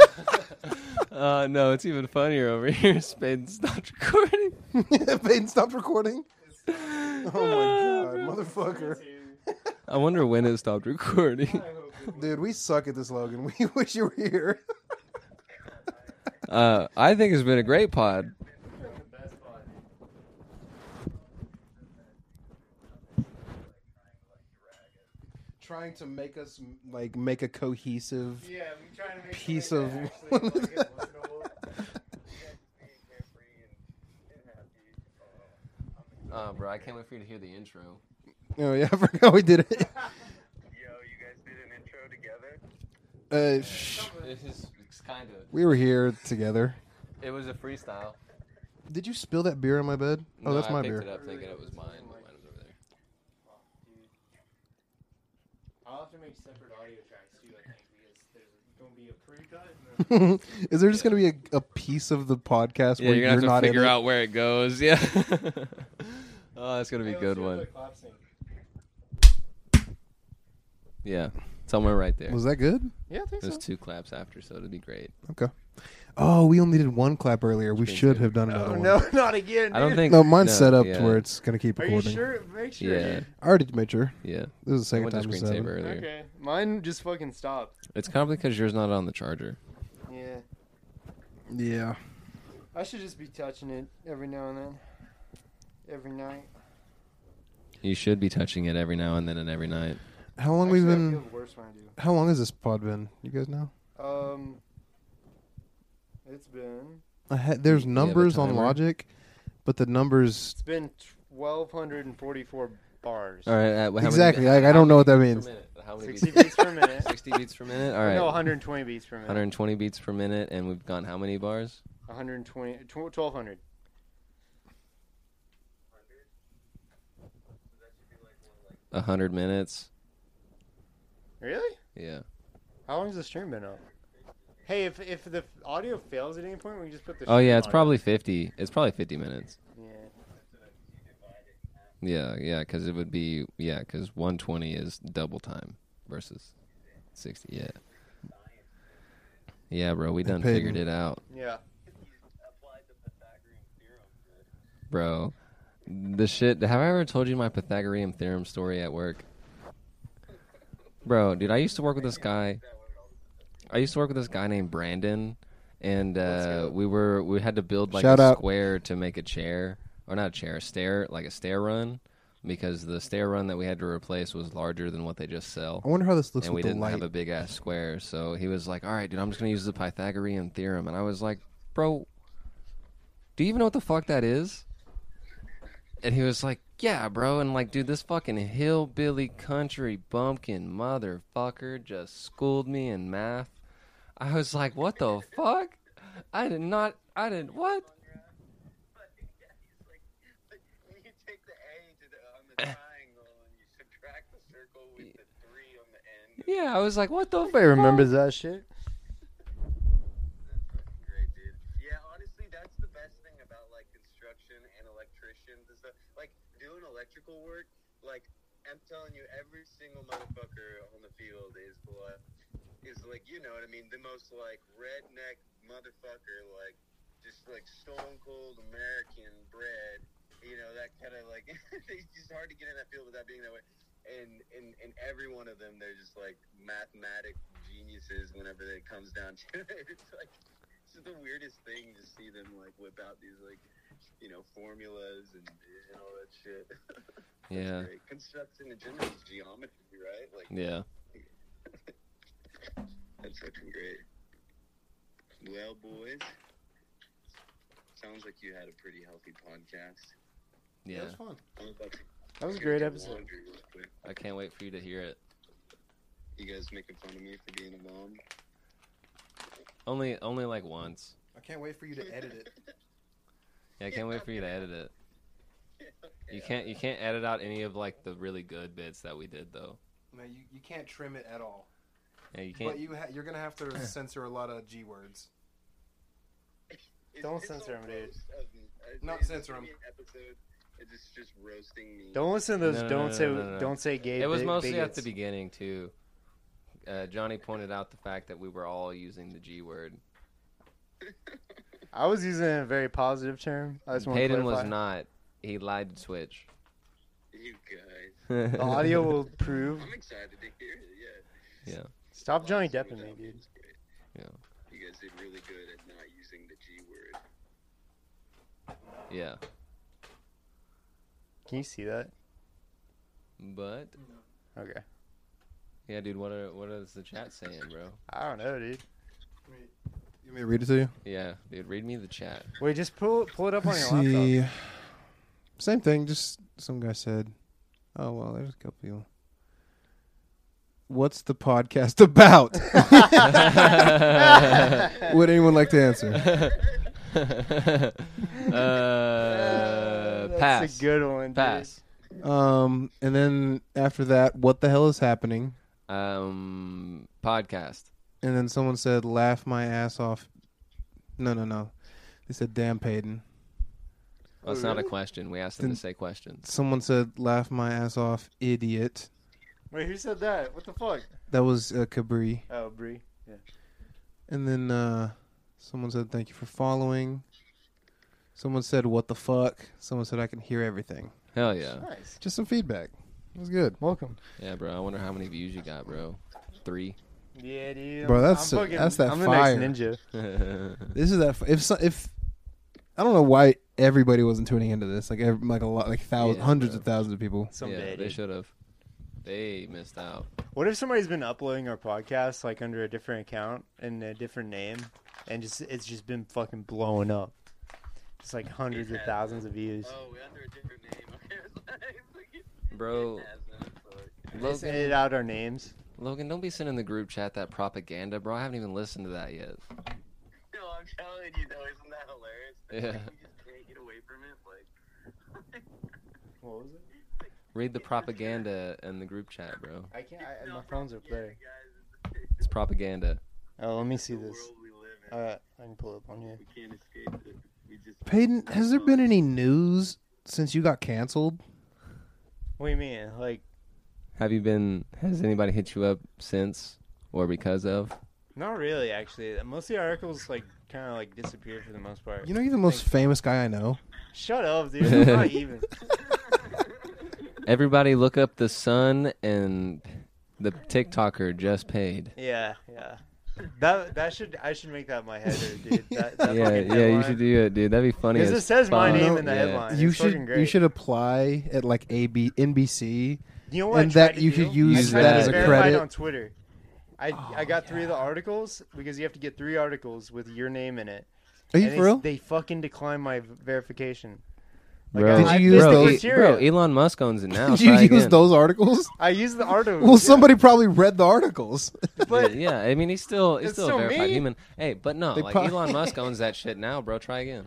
S4: Uh, no, it's even funnier over here. Spain stopped recording.
S2: Peyton stopped recording.
S4: Ah,
S2: Oh my god, motherfucker,
S4: I wonder when it stopped recording.
S2: dude. We suck at this, Logan. We wish you were here.
S4: Uh, I think it's been a great pod.
S2: Trying to make us like make a cohesive.
S5: Yeah, we trying to make
S2: Piece of-
S4: Uh, bro, I can't wait for you to hear the intro.
S2: Oh yeah, I forgot we did it.
S7: Yo, you guys did an intro together?
S2: Uh, shh.
S4: This is it's kind of.
S2: We were here together.
S4: It was a freestyle.
S2: Did you spill that beer on my bed? Oh,
S4: No,
S2: that's
S4: I
S2: my
S4: picked
S2: beer.
S4: it up thinking it was mine, but mine was over there.
S5: I'll have to make separate audio tracks too, I think, because there's going to be a pre-cut and a
S2: Is there just gonna be a, a piece of the podcast
S4: Yeah,
S2: where
S4: you're gonna have
S2: not
S4: to figure
S2: in it?
S4: out where it goes. Yeah. oh, that's gonna be a good one. Yeah, somewhere right there.
S2: Was that good?
S5: Yeah, I think
S4: There's
S5: so.
S4: two claps after, so it'd be great.
S2: Okay. Oh, we only did one clap earlier. We
S4: been
S2: should
S4: good.
S2: have done another
S5: Oh,
S2: one.
S5: no, not again.
S4: I don't
S5: dude.
S4: think.
S2: No, mine's
S4: no,
S2: set up
S4: yeah,
S2: to where it's gonna keep
S5: Are
S2: recording.
S5: you sure? Make sure.
S4: Yeah,
S5: dude.
S2: I already made sure.
S4: yeah.
S2: This is the
S4: I
S2: second
S4: went to
S2: time it's happened.
S4: screensaver earlier.
S5: Okay. Mine just fucking stopped.
S4: It's probably because yours not on the charger.
S5: Yeah.
S2: Yeah.
S5: I should just be touching it every now and then. Every night.
S4: You should be touching it every now and then and every night.
S2: How long
S5: Actually,
S2: we've
S5: I
S2: been?
S5: feel worse when I
S2: How long has this pod been? You guys know?
S5: do. Um, it's been
S2: I ha- there's
S4: have a
S2: numbers on
S4: timer?
S2: Logic, but the numbers
S5: it's been twelve hundred and forty-four bars.
S4: All right. Uh, how many-
S2: exactly.
S4: how
S2: Like I
S4: many
S2: don't know what that
S4: beats
S2: means.
S4: per minute? How many
S5: Sixty
S4: beats?
S5: beats per minute.
S4: Sixty beats per minute. All right.
S5: No, one hundred and twenty beats per minute.
S4: 120 beats per minute, and we've gone how many bars?
S5: 120, tw- 1200.
S4: A 100 minutes.
S5: Really?
S4: Yeah.
S5: How long has the stream been up? Hey, if if the audio fails at any point, we can just put the.
S4: Oh
S5: stream
S4: yeah, it's
S5: on.
S4: probably 50. It's probably 50 minutes.
S5: Yeah.
S4: Yeah, yeah, because it would be yeah, because 120 is double time versus 60. Yeah. Yeah, bro, we done
S2: Peyton.
S4: figured it out,
S5: Yeah.
S4: bro. The shit. Have I ever told you my Pythagorean theorem story at work? Bro, dude, I used to work with this guy. I used to work with this guy named Brandon, and uh, we were we had to build like
S2: Shout
S4: a
S2: out.
S4: square to make a chair or not a chair, a stair like a stair run, because the stair run that we had to replace was larger than what they just sell
S2: I wonder how this looks
S4: and we
S2: with the
S4: didn't
S2: light.
S4: have a big ass square. So he was like, "All right, dude, I'm just gonna use the Pythagorean theorem." And I was like, "Bro, do you even know what the fuck that is?" And he was like, "Yeah, bro." And like, dude, this fucking hillbilly country bumpkin motherfucker just schooled me in math. I was like, "What the fuck?" I did not. I didn't. What?
S7: But yeah, he's like, but when you take the A to the, on the triangle and you subtract the circle with the three on the end.
S4: Yeah, I was like, "What the?"
S5: Everybody remembers that shit.
S7: That's fucking great, dude. Yeah, honestly, that's the best thing about like construction and electricians and stuff. Like doing electrical work, like I'm telling you, every single motherfucker on the field is like, is like, you know what I mean? The most like redneck motherfucker, like just like stone cold American bred. You know that kind of like it's just hard to get in that field without being that way. And and and every one of them, they're just like mathematic geniuses whenever it comes down to it. It's like it's just the weirdest thing to see them like whip out these like you know formulas and, and all that shit.
S4: Yeah,
S7: Great. Construction in general is geometry, right? Like
S4: yeah.
S7: that's fucking great. Well, boys, sounds like you had a pretty healthy podcast.
S4: Yeah,
S5: fun.
S7: I'm about to
S5: That was a
S7: go
S5: great
S7: do
S5: episode.
S7: laundry real quick.
S4: I can't wait for you to hear it.
S7: You guys making fun of me for being a mom?
S4: Only, only like once.
S2: I can't wait for you to edit it.
S4: Yeah, I can't wait for you to edit it. You can't you can't edit out any of like the really good bits that we did though.
S2: No, you, you can't trim it at all.
S4: Yeah, you can't.
S2: you ha- you're gonna have to censor a lot of g words.
S7: It's-
S5: Don't
S7: it's
S5: censor
S7: all
S5: him, dude.
S7: roast of me. Uh,
S4: Not
S7: it's
S4: censor
S7: gonna
S4: him.
S7: be an Episode. It's just- just roasting me.
S5: Don't listen to those.
S4: No, no,
S5: don't
S4: no,
S5: say.
S4: no, no, no.
S5: Don't say gay.
S4: It was
S5: bi-
S4: mostly
S5: bigots.
S4: at the beginning too. Uh, Johnny pointed out the fact that we were all using the G word.
S5: I was using it in a very positive term. I just want to
S4: Hayden
S5: clarify.
S4: was not. He lied to Twitch.
S7: You guys.
S5: The audio will prove.
S7: I'm excited to hear it. Yeah.
S4: Yeah.
S5: Stop Johnny
S7: Honestly,
S5: Depping me,
S7: without
S5: dude.
S7: it's great.
S4: Yeah.
S7: You guys did really good at not using the G word.
S4: Yeah.
S5: Can you see that?
S4: But
S5: Okay.
S4: yeah, dude, what are what is the chat saying, bro?
S5: I don't know, dude.
S2: You may read it to you.
S4: Yeah, dude, read me the chat.
S5: Wait, just pull pull it up on
S2: Let's
S5: your laptop.
S2: see. Same thing, just some guy said, Oh, well, there's a couple people. What's the podcast about? Would anyone like to answer?
S4: uh,
S5: That's
S4: pass.
S5: a good one. dude.
S4: pass.
S2: Um, and then after that, what the hell is happening?
S4: Um, podcast.
S2: And then someone said, laugh my ass off. No, no, no. They said, damn, Payton.
S4: Well, Oh, it's not a question. We asked them to say questions.
S2: Someone said, laugh my ass off, idiot.
S5: Wait, who said that? What the fuck?
S2: That was uh, Cabri.
S5: Oh, Bree.
S2: And then uh, someone said, "Thank you for following." Someone said, "What the fuck?" Someone said, "I can hear everything."
S4: Hell yeah,
S5: Nice.
S2: Just some feedback. It was good.
S5: Welcome.
S4: yeah, bro. I wonder how many views you got, bro. Three.
S5: Yeah, dude.
S2: Bro,
S5: I'm-
S2: that's-
S5: I'm fucking,
S2: that's that
S5: I'm
S2: fire.
S5: the next ninja.
S2: This is that. F- if so, if I don't know why everybody wasn't tuning into this, like ev like a lot, like thousands,
S4: Yeah,
S2: hundreds
S4: bro.
S2: of thousands of people.
S5: Someday,
S4: yeah, they
S5: dude.
S4: should have. They missed out.
S5: What if somebody's been uploading our podcast like under a different account and a different name, and just it's just been fucking blowing up? It's like hundreds of thousands of views.
S7: Oh, we under a different name. Okay. I was like, it
S4: Bro,
S7: has them, but-
S5: They
S4: Logan,
S5: edited out our names.
S4: Logan, don't be sending the group chat that propaganda, bro. I haven't even listened to that yet.
S7: No, I'm telling you though, isn't that hilarious? That,
S4: Yeah.
S7: Like, you just can't get away from it. Like,
S5: What was it?
S4: Read the propaganda in the group chat, bro.
S5: I can't. I,
S7: no,
S5: my phone's up there.
S7: propaganda, guys,
S4: It's propaganda.
S5: Oh, let me
S7: it's
S5: see
S7: the
S5: this.
S7: world we live in.
S5: Uh, I can pull it up on here.
S7: we can't escape it. We just.
S2: Peyton, has there been any news since you got canceled?
S5: What do you mean? Like,
S4: Have you been? Has anybody hit you up since or because of?
S5: not really. Actually, most of the articles like kind of like disappear for the most part.
S2: You know, you're the most famous guy I know.
S5: Shut up, dude. I'm not even.
S4: Everybody, look up the sun and the TikToker just paid.
S5: Yeah, yeah. That that should I should make that my header, dude. That, that
S4: Yeah,
S5: fucking
S4: yeah, you
S5: headline.
S4: should do it, dude. That'd be funny.
S5: Because
S4: as
S5: it says my
S4: fuck.
S5: name in the
S4: Yeah.
S5: headline.
S2: you
S5: It's fucking
S2: should
S5: great.
S2: you should apply at like AB NBC.
S5: You know what?
S2: and
S5: I tried
S2: that
S5: to
S2: you
S5: do?
S2: could use
S5: I tried
S4: that
S5: to
S4: as a
S5: get verified
S2: credit.
S5: on Twitter. I I got three of the articles because you have to get three articles with your name in it.
S2: Are you
S5: and
S2: for
S5: they-
S2: real?
S5: They fucking declined my v- verification. Like,
S4: Bro,
S5: I-
S2: Did
S5: I,
S2: you
S5: fit
S2: use
S5: the
S4: bro,
S2: those-
S4: E-
S5: criteria.
S4: bro, Elon Musk owns it now.
S2: Did you
S4: Try
S2: use
S4: again.
S2: those articles?
S5: I used the article.
S2: Well, somebody probably read the articles.
S5: but
S4: Yeah, I mean, he's still he's
S5: It's
S4: still
S5: so
S4: a verified
S5: mean.
S4: human. Hey, but no,
S2: They
S4: like
S2: pro-
S4: Elon Musk owns that shit now, bro. Try again.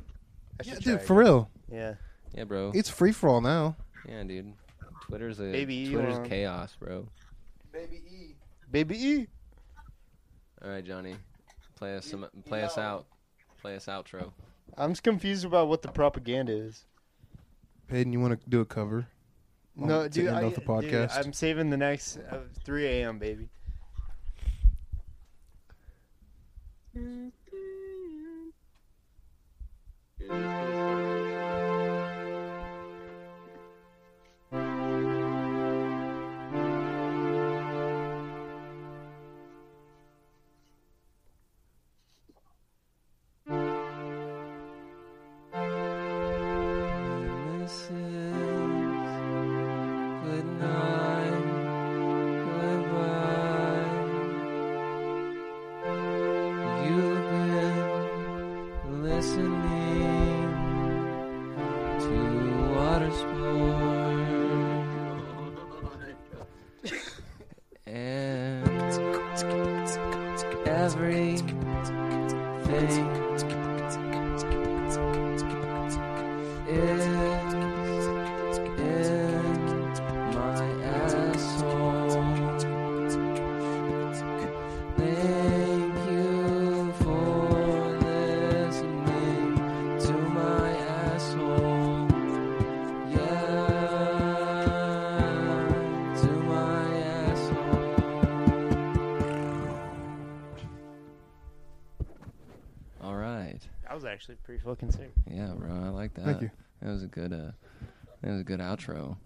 S5: I should
S2: Dude,
S5: try
S2: for real.
S5: again. Yeah.
S4: Yeah, bro.
S2: It's free for all now.
S4: yeah, dude. Twitter's a
S5: Baby
S4: Twitter's
S5: Elon.
S4: chaos, bro.
S5: Baby E.
S4: All right, Johnny, play us some, play us out, play us outro.
S5: I'm just confused about what the propaganda is.
S2: Peyton, you want to do a cover?
S5: No,
S2: to
S5: dude,
S2: end
S5: I,
S2: off the
S5: dude,
S2: podcast.
S5: I'm saving the next uh, 3 a.m. baby.
S4: Everything is in my asshole. Thank you for listening. right.
S5: That was actually pretty fucking sick.
S4: Yeah, bro. I like that.
S2: Thank you.
S4: That was a good. Uh, that was a good outro.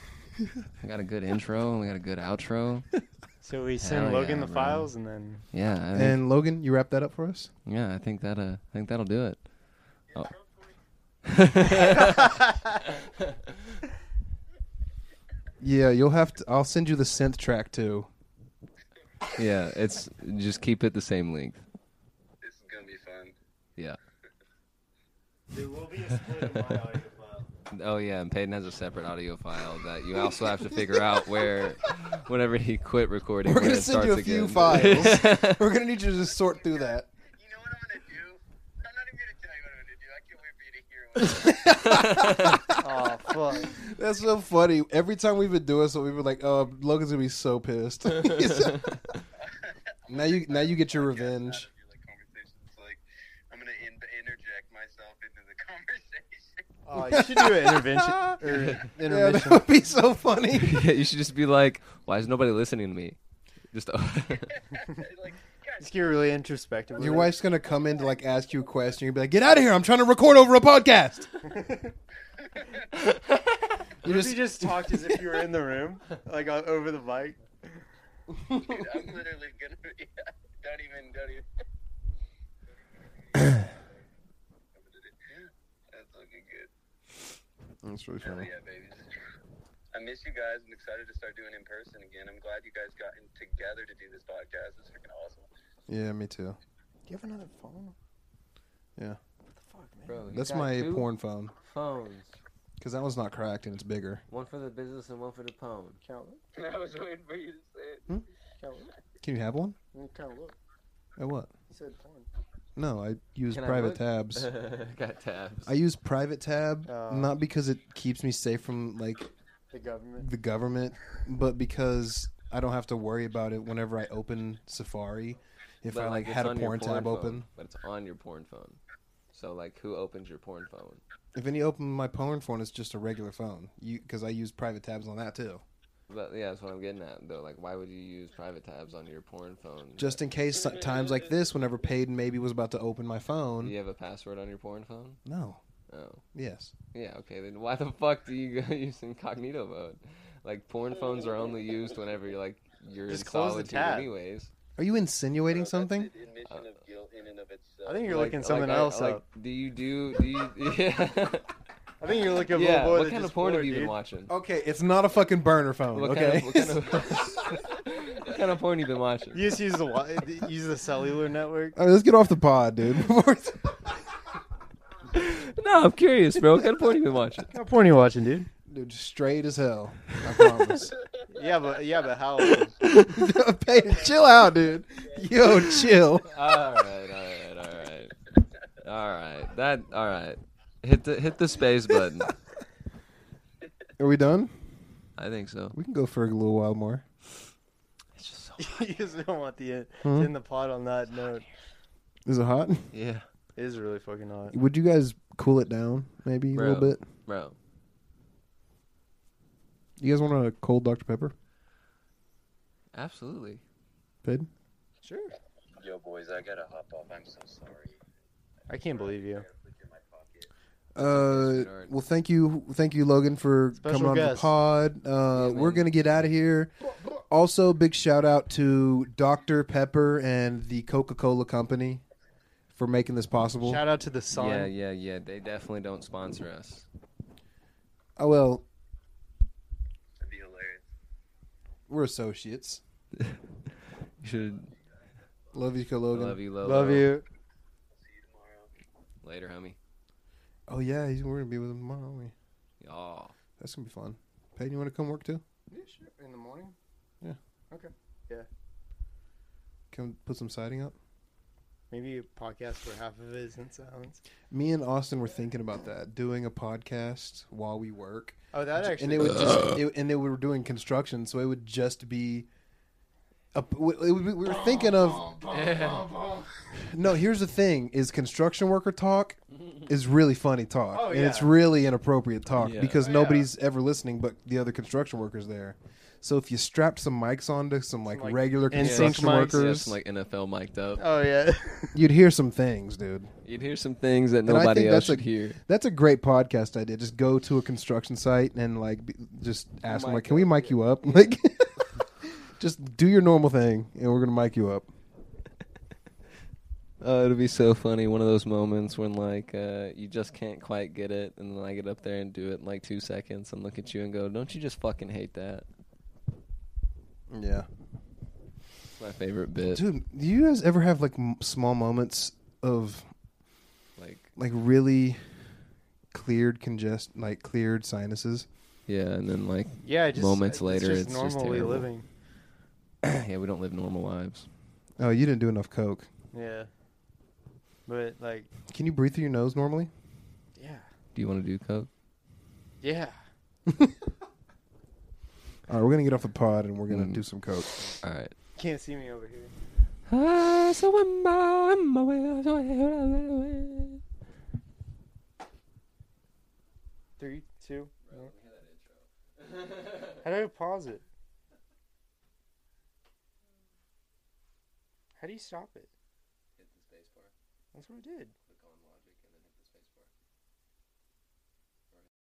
S4: we got a good intro and we got a good outro.
S2: uh,
S5: So we send
S4: Hell
S5: Logan
S4: yeah,
S5: the
S4: bro.
S5: files, and then
S4: Yeah, I think,
S2: And Logan, you wrap that up for us?
S4: yeah. I think that. Uh, I think that'll do it. Oh.
S2: Yeah, you'll have to. I'll send you the synth track too.
S4: yeah, it's just keep it the same length.
S7: This is gonna be fun.
S4: Yeah.
S5: there will be a split in my audio file.
S4: Oh yeah, and Peyton has a separate audio file that you also have to figure out where, whenever he quit recording,
S2: We're
S4: when
S2: gonna
S4: it
S2: send you a
S4: starts
S2: few
S4: again.
S2: files. We're gonna need you to just sort through that.
S7: You know what I'm gonna do? I'm not even gonna tell you what I'm gonna do. I can't wait for you to hear
S5: Oh
S7: what I'm
S5: fuck!
S2: That's so funny. Every time we would do it, so we were like, "Oh, Logan's gonna be so pissed." now you, now you get your revenge.
S7: gonna do, like conversations. Like I'm gonna in- interject myself into the conversation.
S5: Oh, you should do an intervention or
S2: Yeah, that
S5: intermission.
S2: would be so funny.
S4: yeah, you should just be like, "Why is nobody listening to me?" Just
S7: like, guys,
S5: Just get really introspective. with
S2: Your
S5: it.
S2: wife's gonna come in to like ask you a question. You'll be like, "Get out of here! I'm trying to record over a podcast." you
S5: What if
S2: just
S5: you just talked as if you were in the room, like o- over the mic.
S7: dude, I'm literally gonna be. Don't even. Don't even. That's looking good.
S2: That's really
S7: Hell
S2: funny.
S7: yeah, babies. I miss you guys. I'm excited to start doing in person again. I'm glad you guys got in together to do this podcast. It's freaking awesome.
S2: Yeah, me too.
S5: Do you have another phone?
S2: Yeah.
S5: What the fuck, man?
S2: That's my porn phone
S8: phones.
S2: because that one's not cracked and it's bigger.
S8: One for the business and one for the phone.
S5: Count it.
S7: I was waiting for you to say it.
S5: Count it.
S2: Can you have one?
S5: You Count look.
S2: At what?
S5: You said porn.
S2: No, I use
S8: Can I
S2: private
S8: look?
S2: tabs.
S8: Got tabs.
S2: I use private tab
S5: Oh.
S2: not because it keeps me safe from like
S5: The government.
S2: the government, but because I don't have to worry about it whenever I open Safari. If I like
S4: it's
S2: had a
S4: on your
S2: porn tab
S4: phone,
S2: open,
S4: but it's on your porn phone. So like, who opens your porn phone?
S2: if any open my porn phone, it's just a regular phone. You because I use private tabs on that too,
S4: But yeah, that's what I'm getting at though. Like, why would you use private tabs on your porn phone?
S2: just in case so- times like this, whenever Peyton maybe was about to open my
S4: do
S2: phone.
S4: you have a password on your porn phone?
S2: No,
S4: Oh,
S2: yes,
S4: yeah, okay. Then why the fuck do you go use incognito mode? Like, porn phones are only used whenever you're like you're
S5: Just
S4: in
S5: close the
S4: solitude,
S5: tab.
S4: anyways.
S2: are you insinuating something?
S7: That's an admission of guilt in and of itself.
S5: I think you're
S4: Like-
S5: looking something
S4: like, I-
S5: else
S4: like,
S5: up.
S4: Do you do? Do you? Yeah.
S5: I think you're looking
S4: yeah.
S5: for
S4: What kind of porn have you
S5: dude.
S4: been watching?
S2: Okay, it's not a fucking burner phone.
S4: What
S2: okay,
S4: kind of what kind of, what kind of porn you been watching?
S5: You just use the wi- use the cellular network.
S2: All right, let's get off the pod, dude. before it's-
S4: No, I'm curious, bro. What kind of porn you been watching?
S5: What porn are you watching, dude?
S2: dude, straight as hell. I promise.
S5: Yeah, but yeah, but how? old?
S2: Peyton, chill out, dude. Yo, chill.
S4: All right, all right, all right, all right. That all right. Hit the hit the space button.
S2: Are we done?
S4: I think so.
S2: We can go for a little while more.
S4: It's just so
S5: you just don't want the end, to
S4: Hmm?
S5: end the pod on that note.
S2: Is it hot?
S4: yeah,
S5: It is really fucking hot.
S2: Would you guys cool it down maybe a little
S4: Bro.
S2: bit?
S4: bro.
S2: You guys want a cold Dr. Pepper?
S4: Absolutely.
S2: Peyton?
S5: Sure.
S7: Yo, boys, I gotta hop off. I'm so sorry.
S5: I can't believe you.
S7: Put you in my pocket.
S2: Uh,
S4: Sweetheart.
S2: well, thank you, thank you, Logan, for
S5: Special
S2: coming on the
S5: guest.
S2: pod. Uh, we're gonna get out of here. Also, big shout out to Dr. Pepper and the Coca Cola Company for making this possible.
S5: Shout out to the sun.
S4: Yeah, yeah, yeah. They definitely don't sponsor us.
S2: oh well,
S7: That'd be hilarious.
S2: we're associates.
S4: You should
S2: Love you, Logan.
S4: love you, Lolo.
S5: Love you.
S7: See you tomorrow.
S4: Later, homie.
S2: Oh yeah, he's, we're gonna be with him tomorrow, aren't we?
S4: Y'all.
S2: That's gonna be fun. Peyton, you want to come work too?
S5: Yeah, sure. In the morning.
S2: Yeah.
S5: Okay. Yeah.
S2: Come put some siding up.
S5: Maybe a podcast where half of it is in silence.
S2: Me and Austin were thinking about that, doing a podcast while we work,
S5: Oh, that actually.
S2: and it would just, it, and it, we were doing construction, so it would just be. A, it would be, we were thinking of no. Here's the thing: is construction worker talk is really funny talk,
S5: Oh,
S2: and it's
S5: yeah.
S2: really inappropriate talk
S4: Yeah.
S2: because
S5: Oh, yeah.
S2: nobody's ever listening but the other construction workers there. So if you strapped some mics onto some like,
S5: like,
S2: regular
S5: NSYNC
S2: construction
S5: mics.
S4: Yeah,
S2: workers,
S4: some, like NFL mic'd up.
S5: Oh yeah.
S2: you'd hear some things, dude.
S4: You'd hear some things that
S2: And I
S4: nobody
S2: think that's
S4: else
S2: a-
S4: should hear.
S2: That's a great podcast idea. Just go to a construction site and like be, just ask them,
S8: Mic
S2: like, can we
S8: up,
S2: mic
S8: yeah.
S2: you up? Like, just do your normal thing, and we're gonna mic you up.
S4: Oh, it'll be so funny. One of those moments when like uh, you just can't quite get it, and then I get up there and do it in like two seconds, and look at you and go, "Don't you just fucking hate that?"
S2: Yeah,
S4: It's my favorite bit.
S2: dude. Do you guys ever have like m- small moments of
S4: Like,
S2: like really cleared congest, like cleared sinuses?
S4: yeah, and then like,
S5: Yeah. Just,
S4: Moments later,
S5: it's
S4: it's
S5: just
S4: just
S5: normally
S4: terrible.
S5: living.
S4: yeah, we don't live normal lives.
S2: Oh, you didn't do enough coke.
S5: Yeah. But like,
S2: Can you breathe through your nose normally?
S5: yeah,
S4: Do you want to do coke?
S5: yeah.
S2: All right, we're gonna get off the pod and we're gonna
S4: Mm.
S2: do some coke.
S4: All right.
S5: Can't see me over here.
S4: Ah, so am I, am I-
S5: Three, two. one. How do I pause it? How do you stop it? Hit the space bar. That's what I did.